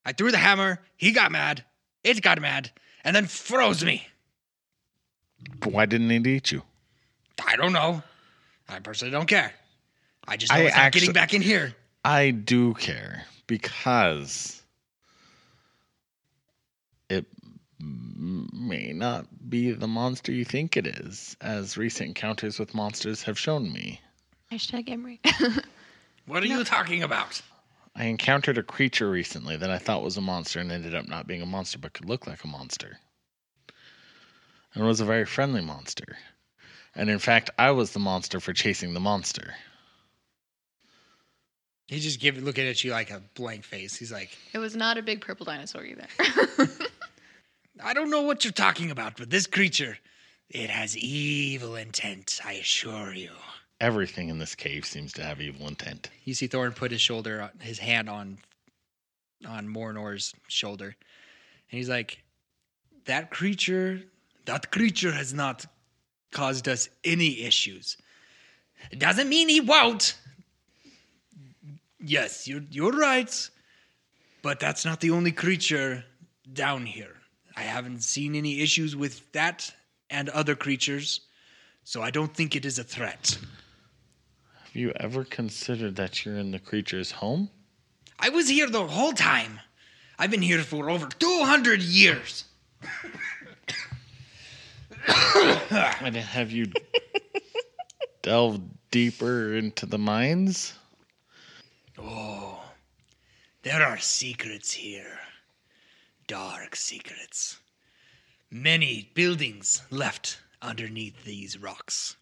Speaker 7: I threw the hammer. He got mad. It got mad, and then froze me.
Speaker 11: But why didn't it eat you?
Speaker 7: I don't know. I personally don't care. I just know
Speaker 11: I
Speaker 7: it's not getting
Speaker 11: actu-
Speaker 7: back in here.
Speaker 11: I do care because it m- may not be the monster you think it is, as recent encounters with monsters have shown me.
Speaker 5: Hashtag Emery.
Speaker 7: What are you talking about?
Speaker 11: I encountered a creature recently that I thought was a monster and ended up not being a monster but could look like a monster. And was a very friendly monster. And in fact, I was the monster for chasing the monster.
Speaker 15: He's just give, looking at you like a blank face. He's like,
Speaker 5: [laughs] it was not a big purple dinosaur either.
Speaker 7: I don't know what you're talking about, but this creature, it has evil intent. I assure you.
Speaker 11: Everything in this cave seems to have evil intent.
Speaker 15: you see Thorin put his
Speaker 7: uh,
Speaker 15: shoulder, his hand on, on Mornor's shoulder, and he's like, that creature,
Speaker 7: That creature has not caused us any issues. It doesn't mean he won't. Yes, you're, you're right. But that's not the only creature down here. I haven't seen any issues with that and other creatures, so I don't think it is a threat.
Speaker 11: Have you ever considered that you're in the creature's
Speaker 7: [coughs]
Speaker 11: home?
Speaker 7: I was here the whole time. I've been here for over 200 years.
Speaker 11: and have you delved deeper into the mines?
Speaker 7: Oh, there are secrets here. Dark secrets. Many buildings left underneath these rocks.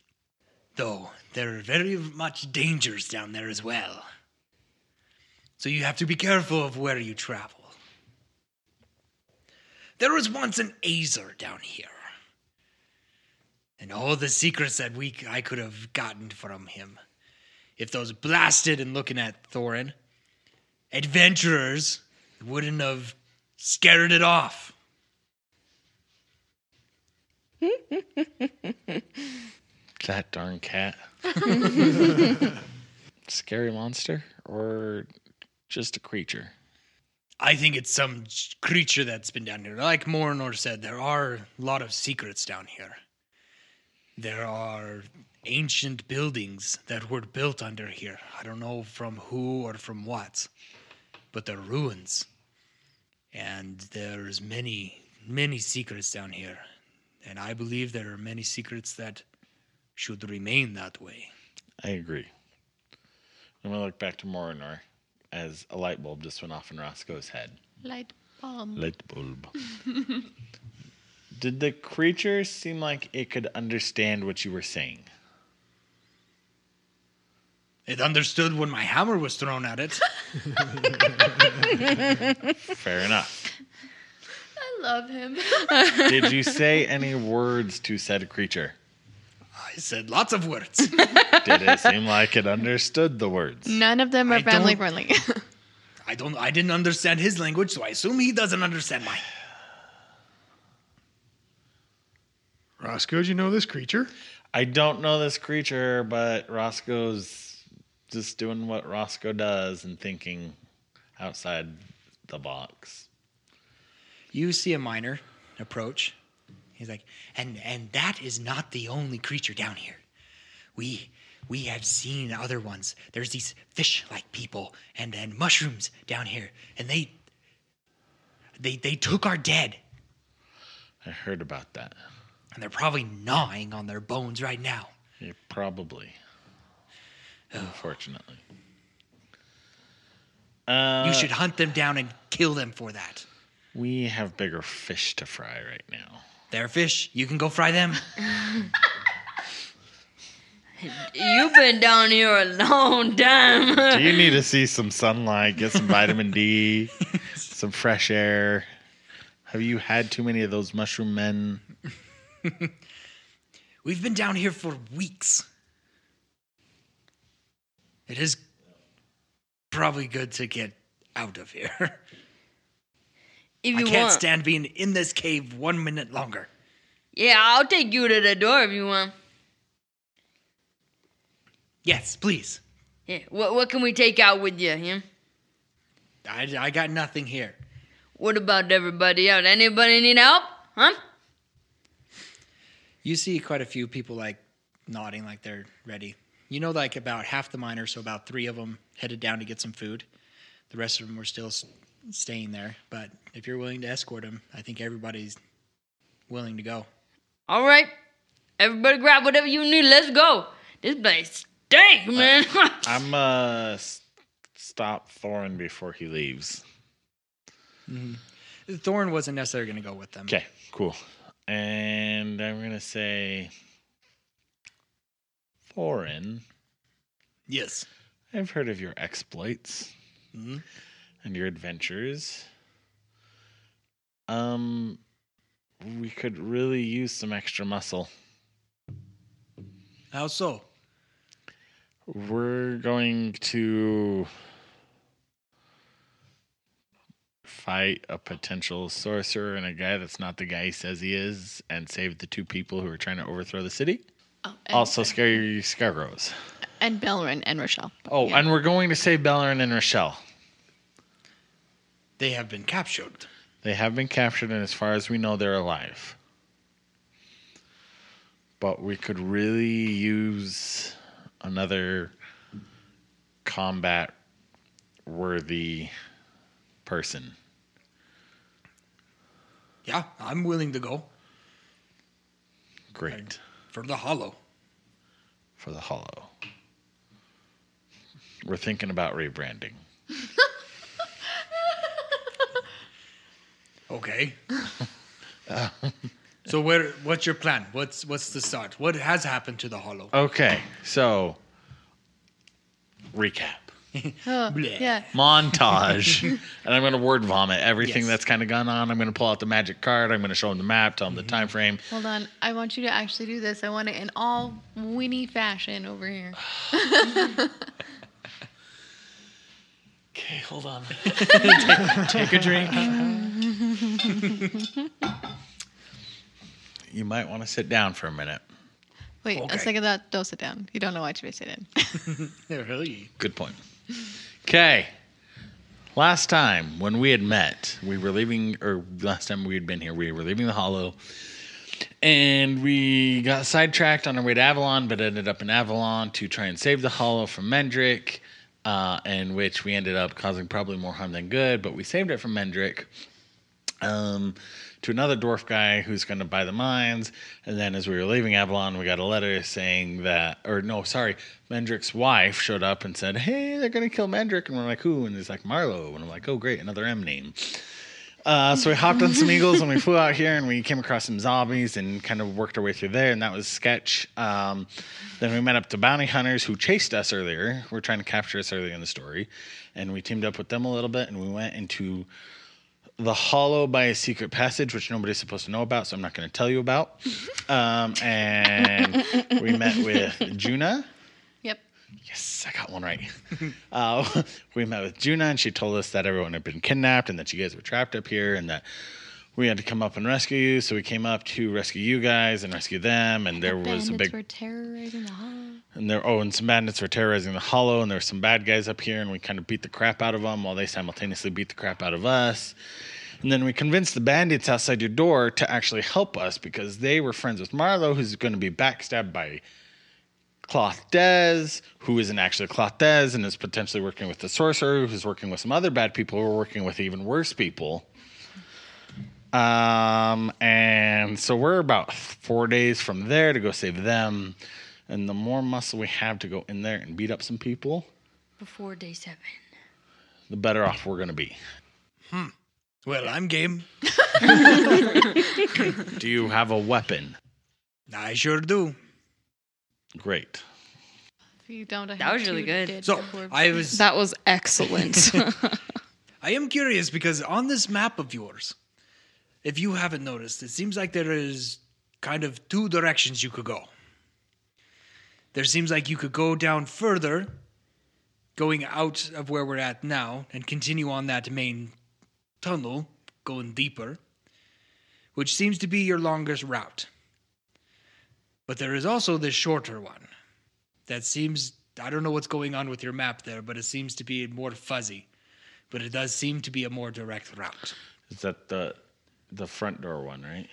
Speaker 7: Though there are very much dangers down there as well. So you have to be careful of where you travel. There was once an Azer down here. And all the secrets that we I could have gotten from him if those blasted and looking at Thorin adventurers wouldn't have scared it off.
Speaker 11: That darn cat. [laughs] Scary monster or just a creature?
Speaker 7: I think it's some j- creature that's been down here. Like Morinor said, there are a lot of secrets down here. There are ancient buildings that were built under here. I don't know from who or from what, but they're ruins. And there's many, many secrets down here. And I believe there are many secrets that should remain that way.
Speaker 11: I agree. I'm gonna look back to Morinor as a light bulb just went off in Roscoe's head.
Speaker 5: [laughs] Light bulb.
Speaker 11: Light bulb.
Speaker 5: [laughs]
Speaker 11: Did the creature seem like it could understand what you were saying?
Speaker 7: It understood when my hammer was thrown at it.
Speaker 11: Fair enough.
Speaker 5: I love him.
Speaker 11: [laughs] Did you
Speaker 5: [laughs]
Speaker 11: say any words to said creature?
Speaker 7: I said lots of words.
Speaker 11: Did it seem like it understood the words?
Speaker 5: None of them are family friendly. [laughs]
Speaker 7: I don't. I didn't understand his language, so I assume he doesn't understand mine.
Speaker 11: Roscoe, do you know this creature? I don't know this creature, but Roscoe's just doing what Roscoe does and thinking outside the box.
Speaker 7: You see a miner approach. He's like,
Speaker 12: And and that is not the only creature down here. We we have seen other ones. There's these fish-like people and and mushrooms down here, and they they they took our dead,
Speaker 11: I heard about that.
Speaker 12: and they're probably gnawing on their bones right now.
Speaker 11: Yeah, probably. Unfortunately. Uh,
Speaker 12: you should hunt them down and kill them for that.
Speaker 11: We have bigger fish to fry right now.
Speaker 12: They're fish. You can go fry them.
Speaker 8: You've been down here a long time. [laughs]
Speaker 11: Do you need to see some sunlight, get some vitamin D, some fresh air? Have you had too many of those mushroom men?
Speaker 7: [laughs]
Speaker 12: We've been down here for weeks.
Speaker 7: "It is probably good to get out of here.
Speaker 8: If
Speaker 7: I
Speaker 8: you
Speaker 7: can't
Speaker 8: want.
Speaker 7: stand being in this cave one minute longer."
Speaker 8: Yeah, I'll take you to the door if you want.
Speaker 7: Yes, please.
Speaker 8: Yeah. What What can we take out with you? Yeah.
Speaker 7: I, I got nothing here.
Speaker 8: What about everybody else? Anybody need help? Huh?
Speaker 7: You see quite a few people like nodding, like they're ready. You know, like about half the miners, so about three of them headed down to get some food. The rest of them were still s- staying there. But if you're willing to escort them, I think everybody's willing to go.
Speaker 8: All right. Everybody grab whatever you need. Let's go. This place stinks,
Speaker 7: Uh,
Speaker 8: man. [laughs]
Speaker 11: I'm uh s- stop Thorin before he leaves.
Speaker 7: Thorn wasn't necessarily going to go with them.
Speaker 11: Okay, cool. And I'm gonna say, Thorin.
Speaker 7: Yes.
Speaker 11: I've heard of your exploits
Speaker 7: Mhm.
Speaker 11: and your adventures. Um, we could really use some extra muscle.
Speaker 7: How so?
Speaker 11: We're going to fight a potential sorcerer and a guy that's not the guy he says he is and save the two people who are trying to overthrow the city.
Speaker 5: and-
Speaker 11: also, scare your scarecrows.
Speaker 5: and Belrin and Rochelle.
Speaker 11: Oh, and we're going to save Bellerin and Rochelle.
Speaker 7: They have been captured.
Speaker 11: They have been captured, and as far as we know, they're alive. But we could really use another combat worthy person.
Speaker 7: Yeah, I'm willing to go
Speaker 11: Great.
Speaker 7: for the hollow.
Speaker 11: For the hollow. We're thinking about rebranding.
Speaker 7: Okay. so where? What's your plan? What's what's the start? What has happened to the hollow?
Speaker 11: Okay, so recap.
Speaker 5: Oh,
Speaker 11: Bleh.
Speaker 5: yeah.
Speaker 11: montage. and I'm going to word vomit everything that's kind of gone on. I'm going to pull out the magic card. I'm going to show them the map, tell them the time frame.
Speaker 5: Hold on. I want you to actually do this. I want it in all Winnie fashion over here. [laughs]
Speaker 11: Okay, hold on.
Speaker 7: [laughs] Take a drink.
Speaker 11: You might want to sit down for a minute.
Speaker 5: Wait, a second that don't sit down. You don't know why you should sit in.
Speaker 7: really?
Speaker 11: Good point. Okay. Last time when we had met, we were leaving, or last time we had been here, we were leaving the Hollow, and we got sidetracked on our way to Avalon, but ended up in Avalon to try and save the Hollow from Mendrick, uh, in which we ended up causing probably more harm than good. But we saved it from Mendrick. Um, to another dwarf guy who's going to buy the mines. And then as we were leaving Avalon, we got a letter saying that, or no, sorry, Mendrick's wife showed up and said, Hey, they're going to kill Mendrick. And we're like, Who? And he's like, Marlowe. And I'm like, Oh, great, another M name. Uh, so we hopped on some eagles and we flew out here and we came across some zombies and kind of worked our way through there. And that was sketch. Um, then we met up to bounty hunters who chased us earlier. We're trying to capture us earlier in the story. And we teamed up with them a little bit and we went into the hollow by a secret passage, which nobody's supposed to know about, so I'm not going to tell you about. Um, and we met with Juna.
Speaker 5: Yep.
Speaker 11: Yes, I got one right. [laughs] Uh, we met with Juna, and she told us that everyone had been kidnapped and that you guys were trapped up here, and that we had to come up and rescue you. So we came up to rescue you guys and rescue them, and there was a
Speaker 5: Bandits
Speaker 11: big
Speaker 5: were terrorizing the hollow.
Speaker 11: and there, oh, and some bandits were terrorizing the hollow, and there were some bad guys up here, and we kind of beat the crap out of them while they simultaneously beat the crap out of us. And then we convinced the bandits outside your door to actually help us because they were friends with Marlowe, who's going to be backstabbed by Cloth Dez, who isn't actually Cloth Dez and is potentially working with the sorcerer, who's working with some other bad people who are working with even worse people. Um, and so we're about four days from there to go save them. And the more muscle we have to go in there and beat up some people,
Speaker 8: Before day seven.
Speaker 11: the better off we're going to be.
Speaker 7: Hmm. Well, I'm game.
Speaker 11: Do you have a weapon?
Speaker 7: I sure do.
Speaker 11: Great.
Speaker 5: If you don't, I
Speaker 8: That
Speaker 5: have
Speaker 8: was really
Speaker 5: two
Speaker 8: good.
Speaker 5: dead
Speaker 7: So,
Speaker 5: dwarves.
Speaker 7: I was-
Speaker 10: That was
Speaker 7: [laughs]
Speaker 10: excellent. [laughs] Uh-huh.
Speaker 7: I am curious because on this map of yours, if you haven't noticed, it seems like there is kind of two directions you could go. There seems like you could go down further, going out of where we're at now, and continue on that main tunnel, going deeper, which seems to be your longest route. But there is also the shorter one that seems, I don't know what's going on with your map there, but it seems to be more fuzzy but it does seem to be a more direct route.
Speaker 11: Is that the the front door one, right?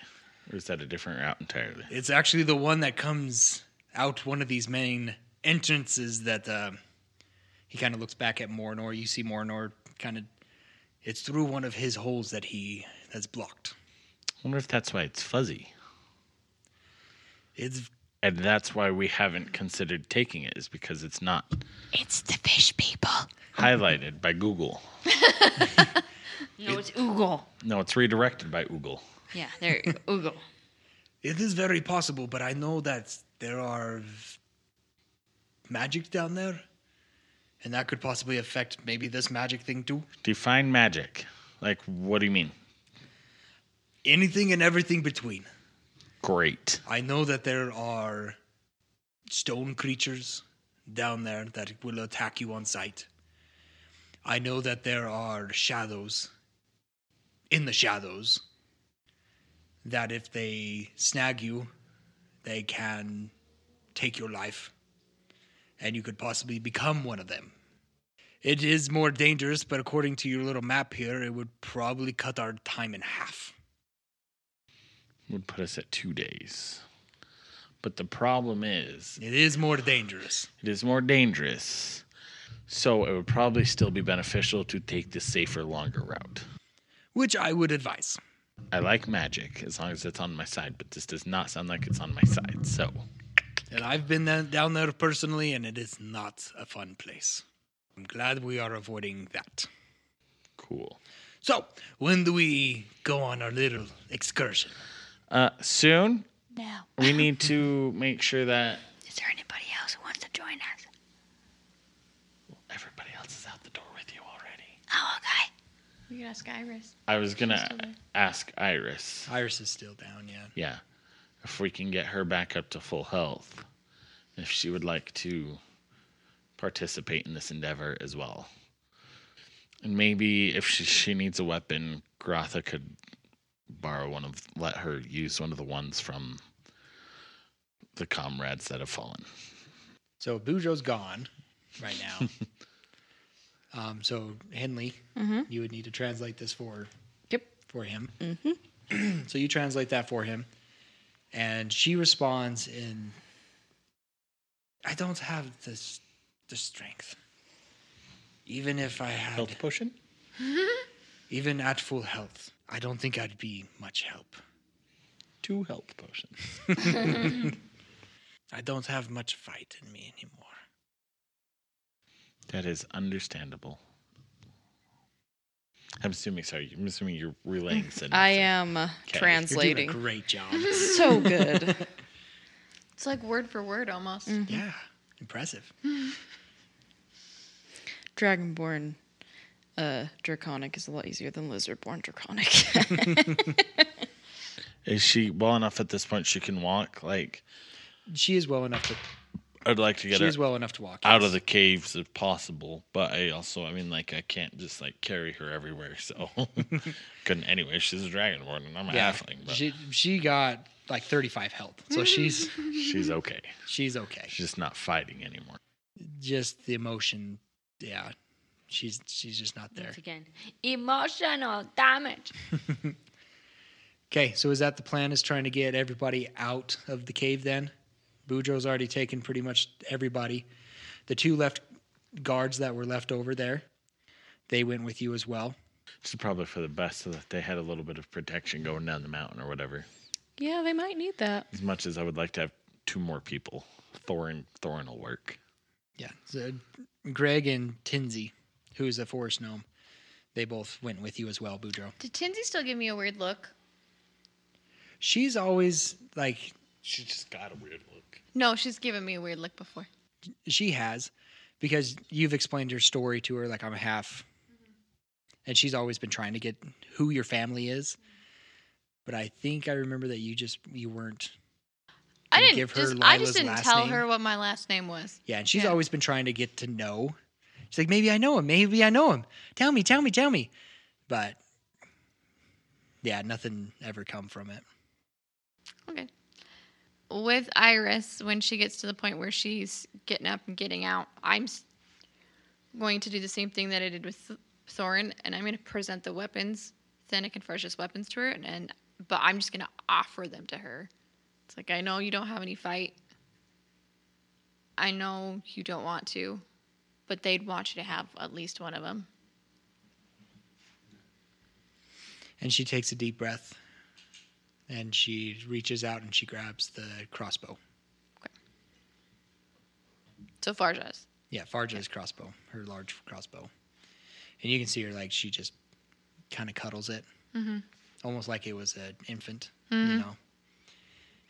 Speaker 11: Or is that a different route entirely?
Speaker 7: It's actually the one that comes out one of these main entrances that uh, he kind of looks back at Morinor. You see Morinor kind of, it's through one of his holes that he that's blocked.
Speaker 11: wonder if that's why it's fuzzy.
Speaker 7: It's
Speaker 11: and that's why we haven't considered taking it is because it's not
Speaker 8: It's the fish people.
Speaker 11: highlighted by Google.
Speaker 8: No, it's Oogle.
Speaker 11: No, it's redirected by Google.
Speaker 8: Yeah, there you go. Oogle.
Speaker 7: [laughs] It is very possible, but I know that there are v- magic down there, and that could possibly affect maybe this magic thing too.
Speaker 11: Define magic. Like, what do you mean?
Speaker 7: Anything and everything between.
Speaker 11: Great.
Speaker 7: I know that there are stone creatures down there that will attack you on sight. I know that there are shadows in the shadows that if they snag you, they can take your life and you could possibly become one of them. It is more dangerous, but according to your little map here, it would probably cut our time in half.
Speaker 11: Would put us at two days. But the problem is,
Speaker 7: it is more dangerous.
Speaker 11: It is more dangerous. So it would probably still be beneficial to take the safer, longer route.
Speaker 7: Which I would advise.
Speaker 11: I like magic as long as it's on my side, but this does not sound like it's on my side. So
Speaker 7: And I've been tha- down there personally, and it is not a fun place. I'm glad we are avoiding that.
Speaker 11: Cool.
Speaker 7: So, when do we go on our little excursion?
Speaker 11: uh, soon
Speaker 8: No.
Speaker 11: we need to make sure that
Speaker 8: Is there anybody else who wants to join us?
Speaker 11: everybody else is out the door with you already.
Speaker 8: Oh, okay.
Speaker 5: We could ask Iris.
Speaker 11: I was
Speaker 5: She's still
Speaker 11: gonna
Speaker 5: there.
Speaker 11: ask Iris.
Speaker 7: Iris is still down, yeah.
Speaker 11: Yeah, if we can get her back up to full health, if she would like to participate in this endeavor as well. And maybe if she, she needs a weapon, Grotha could borrow one of, let her use one of the ones from the comrades that have fallen.
Speaker 7: So, Bujo's gone right now. Um, so Henley,
Speaker 10: Mhm.
Speaker 7: Mm-hmm. you would need to translate this for
Speaker 10: Yep.
Speaker 7: for him.
Speaker 10: Mm-hmm.
Speaker 7: [clears throat] so you translate that for him, and she responds in, "I don't have the s- the strength, even if I had health
Speaker 14: potion,
Speaker 7: even at full health, I don't think I'd be
Speaker 10: [laughs]
Speaker 7: much help. [laughs]
Speaker 14: two health potions.
Speaker 7: I don't have much fight in me anymore."
Speaker 11: That is understandable. I'm assuming. Sorry, I'm assuming you're relaying. Synapse.
Speaker 10: [laughs] I am uh,
Speaker 11: Okay.
Speaker 10: translating.
Speaker 11: You're doing a great job.
Speaker 10: [laughs] so good.
Speaker 5: It's like word for word almost.
Speaker 8: Mm-hmm.
Speaker 7: Yeah, impressive.
Speaker 10: Dragonborn uh, draconic is a lot easier than lizardborn
Speaker 7: [laughs]
Speaker 10: draconic. [laughs]
Speaker 11: Is she well enough at this point? She can walk. Like
Speaker 7: she is well enough to.
Speaker 11: I'd like to get
Speaker 7: She
Speaker 11: her
Speaker 7: is well enough to walk,
Speaker 11: out of the caves if possible. But I also, I mean, like I can't just like carry her everywhere. So [laughs] couldn't anyway. She's a dragonborn, and I'm a halfling. But
Speaker 7: she she got like 35 health, so she's
Speaker 11: she's okay.
Speaker 7: She's okay.
Speaker 11: She's just not fighting anymore.
Speaker 7: just the emotion. Yeah, she's she's just not there.
Speaker 8: Once again, emotional
Speaker 7: [laughs]
Speaker 8: damage.
Speaker 7: Okay, so is that the plan? Is trying to get everybody out of the cave? Then, Boudreaux's already taken pretty much everybody. The two left guards that were left over there, they went with you as well.
Speaker 11: This is probably for the best, so that they had a little bit of protection going down the mountain or whatever.
Speaker 10: yeah, they might need that.
Speaker 11: As much as I would like to have two more people, Thorin, Thorin will work.
Speaker 7: Yeah, so Greg and Tinsy, who is a forest gnome, they both went with you as well, Boudreaux.
Speaker 5: Did Tinsy still give me a weird look?
Speaker 7: She's always like
Speaker 11: she just got a weird look.
Speaker 5: No, she's given me a weird look before.
Speaker 7: She has, because you've explained your story to her like I'm a half, and she's always been trying to get who your family is. But I think I remember that you just you weren't.
Speaker 5: I
Speaker 7: gonna
Speaker 5: didn't
Speaker 7: give her
Speaker 5: just, I
Speaker 7: Lila's
Speaker 5: just didn't
Speaker 7: last
Speaker 5: tell
Speaker 7: name?
Speaker 5: her what my last name was.
Speaker 7: Yeah, and she's always been trying to get to know. She's like, maybe I know him. Maybe I know him. Tell me, tell me, tell me. But yeah, nothing ever come from it.
Speaker 5: Okay. With Iris, when she gets to the point where she's getting up and getting out, I'm s- going to do the same thing that I did with Th- Thorin, and I'm going to present the weapons, Thanic and Farsh's weapons to her, and, and but I'm just going to offer them to her. It's like I know you don't have any fight. I know you don't want to, but they'd want you to have at least one of them.
Speaker 7: And she takes a deep breath, and she reaches out and she grabs the crossbow.
Speaker 5: So Farja's.
Speaker 7: Yeah, Farja's crossbow, her large crossbow. And you can see her like she just kind of cuddles it,
Speaker 5: Mm-hmm.
Speaker 7: almost like it was an infant, you
Speaker 5: Mhm.
Speaker 7: know.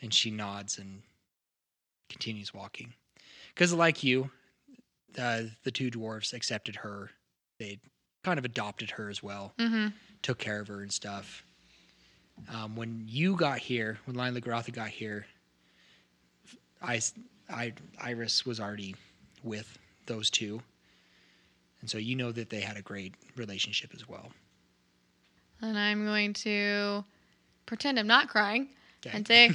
Speaker 7: And she nods and continues walking. Because, like you, uh, the two dwarves accepted her. They kind of adopted her as well,
Speaker 5: Mm-hmm.
Speaker 7: took care of her and stuff. Um, when you got here, when Lion Lagrotha got here, I, I, Iris was already with those two. And so you know that they had a great relationship as well.
Speaker 5: And I'm going to pretend I'm not crying
Speaker 7: Okay.
Speaker 5: and
Speaker 7: [laughs]
Speaker 5: say,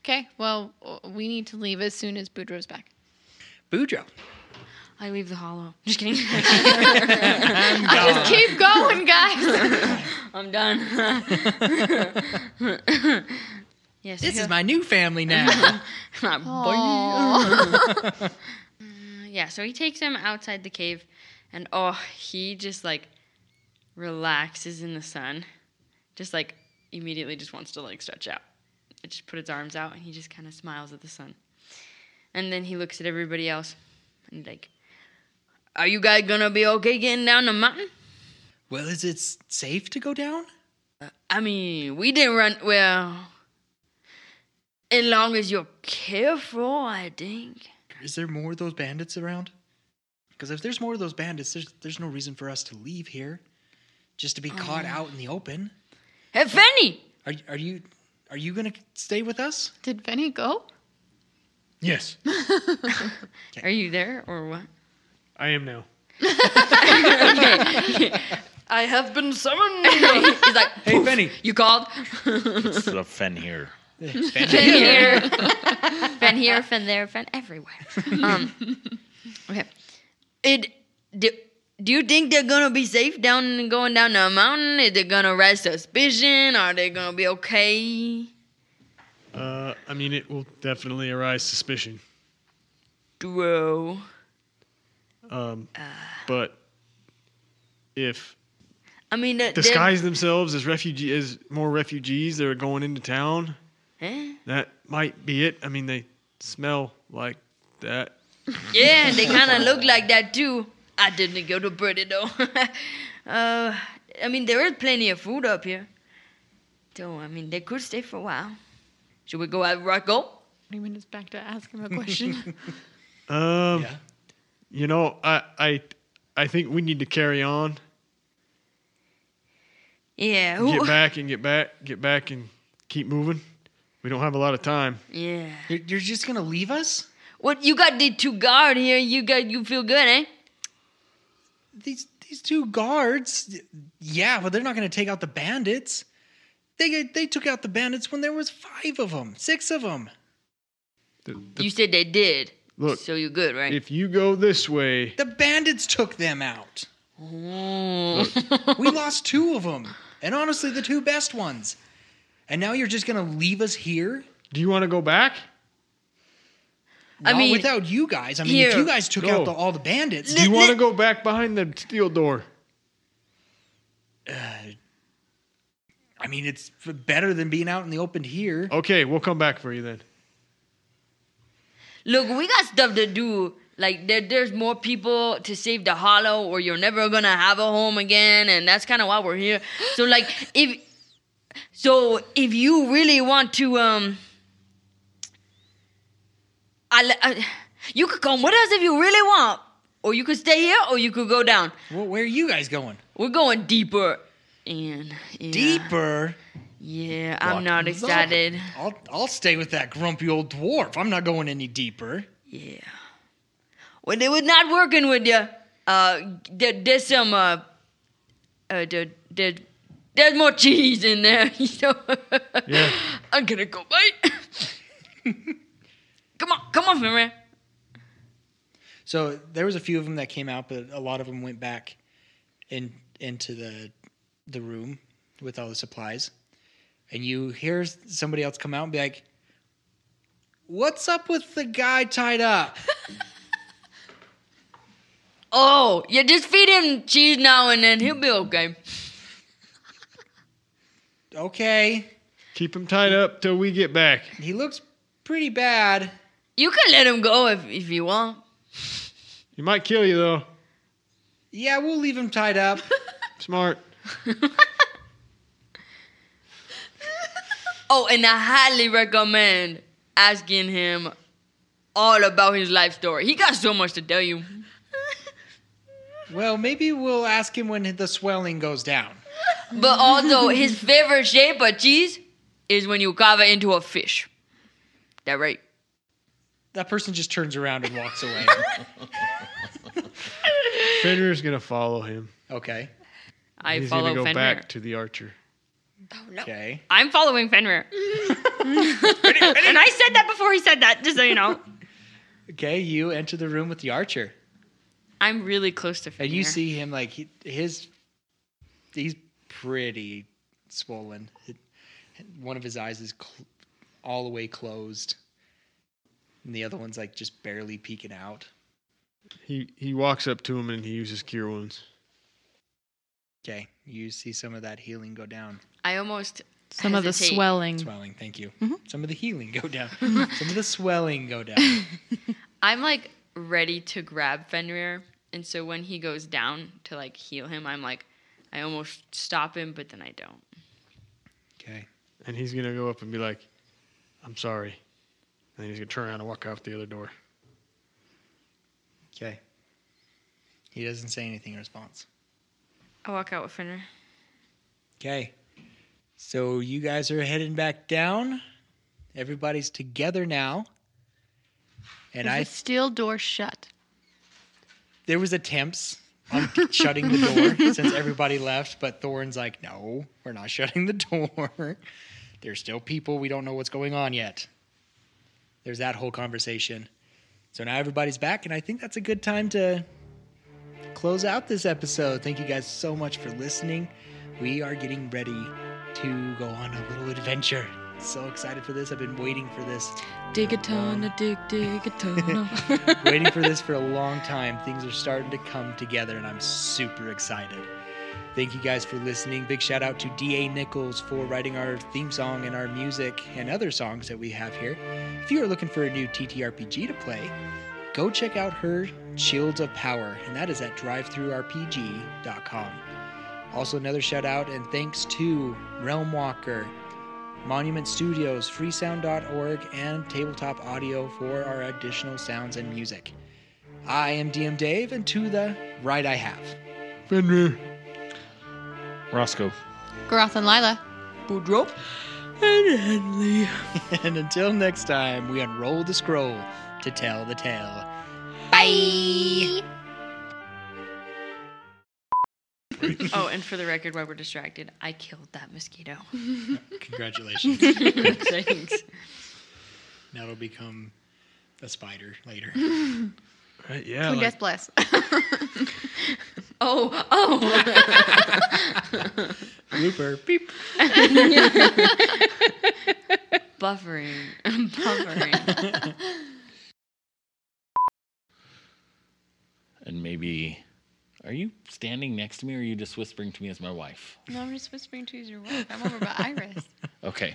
Speaker 5: okay, well, we need to leave as soon as Boudreaux's back.
Speaker 7: Boudreaux.
Speaker 8: I leave the hollow. Just kidding. Oh
Speaker 5: I just keep going,
Speaker 7: [laughs]
Speaker 5: guys.
Speaker 8: I'm done. [laughs] yes.
Speaker 7: This
Speaker 8: yeah.
Speaker 7: is my new
Speaker 8: [laughs]
Speaker 7: family now.
Speaker 8: Bye. Uh, yeah, so he takes him outside the cave, and oh, he just like relaxes in the sun, just like immediately just wants to like stretch out. It just put its arms out, and he just kind of smiles at the sun, and then he looks at everybody else, and like, "Are you guys gonna be okay getting down the mountain?"
Speaker 7: [laughs] Well, is it safe to go down?
Speaker 8: I mean, we didn't run well. As long as you're careful, I think.
Speaker 7: Is there more of those bandits around? Because if there's more of those bandits, there's, there's no reason for us to leave here, just to be caught
Speaker 8: Um.
Speaker 7: out in the open.
Speaker 8: Hey, Fanny!
Speaker 7: Are y- are you are you gonna stay with us?
Speaker 5: Did Benny go?
Speaker 6: Yes.
Speaker 8: Are you there or what?
Speaker 9: I am now.
Speaker 8: I have been summoned. He's like,
Speaker 11: Hey, Benny.
Speaker 8: You called?
Speaker 11: It's the Fen
Speaker 8: [laughs]
Speaker 11: here.
Speaker 8: Fen here. [laughs]
Speaker 16: [laughs]
Speaker 8: Fen here, Fen there, Fen everywhere. Um, okay. It
Speaker 16: Do, do you think they're gonna be safe down going down the mountain? Is it gonna raise suspicion? Are they gonna be okay?
Speaker 9: Uh, I mean, it will definitely arise suspicion.
Speaker 16: Duo. Uh.
Speaker 9: Um, but if
Speaker 16: I mean, uh,
Speaker 9: disguise themselves as refugee as more refugees that are going into town,
Speaker 16: Eh?
Speaker 9: that might be it. I mean, they smell like that.
Speaker 16: [laughs]
Speaker 9: [laughs]
Speaker 16: Yeah, they kind of look like that too. I didn't go to Birdie though. [laughs] uh, I mean, there is plenty of food up here. So, I mean, they could stay for a while. Should we go out, Rocco?
Speaker 5: 20 minutes back to ask him a question.
Speaker 9: Um, you know, I I I think we need to carry on.
Speaker 16: [laughs] Yeah. who-
Speaker 9: Get back and get back, get back and keep moving. We don't have a lot of time.
Speaker 16: Yeah.
Speaker 7: You're, you're just gonna leave us?
Speaker 16: What you got the two guard here? You got you feel good, eh?
Speaker 7: These these two guards. Yeah, but they're not gonna take out the bandits. They they took out the bandits when there was five of them, six of them.
Speaker 16: you said they did.
Speaker 9: Look,
Speaker 16: so you're good, right?
Speaker 9: If you go this way,
Speaker 7: The bandits took them out.
Speaker 16: Look.
Speaker 7: we lost two of them, and honestly, the two best ones. And now you're just gonna leave us here?
Speaker 9: Do you want to go back?
Speaker 7: I mean, without you guys. I mean, if
Speaker 9: here-
Speaker 7: you guys took
Speaker 9: No.
Speaker 7: out the, all the bandits,
Speaker 9: Do you want to go back behind the steel door?
Speaker 7: I mean, it's better than being out in the open here.
Speaker 9: Okay, we'll come back for you then.
Speaker 16: Look, we got stuff to do. Like there, there's more people to save the hollow, or you're never gonna have a home again, and that's kind of why we're here.
Speaker 7: [gasps]
Speaker 16: So like, if so, if you really want to, um, I, li- I you could come with us if you really want, or you could stay here, or you could go down.
Speaker 7: Well, where are you guys going?
Speaker 16: We're going deeper, and yeah.
Speaker 7: Deeper.
Speaker 16: Yeah, I'm not
Speaker 7: Lock-
Speaker 16: excited.
Speaker 7: I'll I'll stay with that grumpy old dwarf. I'm not going any deeper.
Speaker 16: Yeah. When they were not working with you, uh, there, there's some, uh, uh, there, there, there's more cheese in there. [laughs] So
Speaker 9: Yeah.
Speaker 16: I'm gonna go bite. [laughs] come on, come on, man.
Speaker 7: So there was a few of them that came out, but a lot of them went back in into the the room with all the supplies. And you hear somebody else come out and be like, "What's up with the guy tied up?"
Speaker 16: Oh, you just feed him cheese now and then. He'll be okay.
Speaker 7: okay,
Speaker 9: Keep him tied up till we get back.
Speaker 7: He looks pretty bad.
Speaker 16: You can let him go if, if you want.
Speaker 9: He might kill you though.
Speaker 7: Yeah, we'll leave him
Speaker 16: [laughs]
Speaker 7: tied up.
Speaker 9: Smart.
Speaker 16: Oh, and I highly recommend asking him all about his life story. He got so much to tell you.
Speaker 7: Well, maybe we'll ask him when the swelling goes down.
Speaker 16: But also, his favorite shape of cheese is when you carve it into a fish. That right?
Speaker 7: That person just turns around and walks
Speaker 16: [laughs]
Speaker 7: away.
Speaker 9: Fenrir's gonna follow him.
Speaker 7: Okay.
Speaker 16: I
Speaker 9: He's
Speaker 16: follow
Speaker 9: gonna go
Speaker 16: Fenrir.
Speaker 9: back to the archer.
Speaker 7: Okay.
Speaker 8: I'm following
Speaker 16: [laughs]
Speaker 8: Fenrir. and I said that before he said that, just so you know.
Speaker 7: Okay, you enter the room with the archer,
Speaker 8: I'm really close to
Speaker 7: and
Speaker 8: Fenrir.
Speaker 7: you see him like he, his he's pretty swollen. One of his eyes is cl- all the way closed, and the other one's like just barely peeking out.
Speaker 9: He he walks up to him and he uses cure wounds.
Speaker 7: Okay, you see some of that healing go down.
Speaker 16: I almost
Speaker 17: Some of the
Speaker 16: hesitate.
Speaker 17: swelling.
Speaker 7: Swelling, thank you.
Speaker 8: Mm-hmm.
Speaker 7: Some of the healing
Speaker 8: [laughs]
Speaker 7: go down. some of the swelling go down.
Speaker 16: I'm like ready to grab Fenrir, and so when he goes down to like heal him, I'm like, I almost stop him, but then I don't.
Speaker 7: Okay.
Speaker 9: And he's gonna go up and be like, "I'm sorry," and he's gonna turn around and walk out the other door.
Speaker 7: Okay. He doesn't say anything in response.
Speaker 8: I walk out with Fenrir.
Speaker 7: Okay. So you guys are heading back down. Everybody's together now. And
Speaker 5: Is
Speaker 7: I
Speaker 5: the steel door shut.
Speaker 7: there was attempts on shutting the door since everybody left, but Thorne's like, "No, we're not shutting the door. There's still people. We don't know what's going on yet." There's that whole conversation. So now everybody's back and I think that's a good time to close out this episode. Thank you guys so much for listening. We are getting ready to go on a little adventure. So excited for this. I've been waiting for this.
Speaker 10: Digatona, dig, digatona.
Speaker 7: waiting for this for a long time. Things are starting to come together, and I'm super excited. Thank you guys for listening. Big shout out to D.A. Nichols for writing our theme song and our music and other songs that we have here. If you are looking for a new TTRPG to play, go check out her Shields of Power, and that is at drivethroughrpg.com. Also, another shout out and thanks to Realmwalker, Monument Studios, freesound.org, and Tabletop Audio for our additional sounds and music. I am DM Dave, and to the right I have.
Speaker 9: Fenrir.
Speaker 11: Roscoe.
Speaker 5: Garoth and Lila.
Speaker 7: Boudreaux. And Henley. [laughs] and until next time, we unroll the scroll to tell the tale.
Speaker 16: Bye.
Speaker 7: [laughs]
Speaker 8: oh, and for the record, while we're distracted, I killed that mosquito.
Speaker 16: [laughs]
Speaker 5: [laughs]
Speaker 7: Congratulations.
Speaker 8: Thanks.
Speaker 7: That'll become a spider later.
Speaker 9: Right, yeah. like-
Speaker 5: yes, [laughs] bless.
Speaker 8: oh, oh.
Speaker 7: Looper. Beep.
Speaker 8: Buffering. Buffering.
Speaker 11: And maybe, are you standing next to me or are you just whispering to me as my wife?
Speaker 8: [laughs]
Speaker 5: no, I'm just whispering to you as your wife. I'm over by Iris.
Speaker 11: Okay.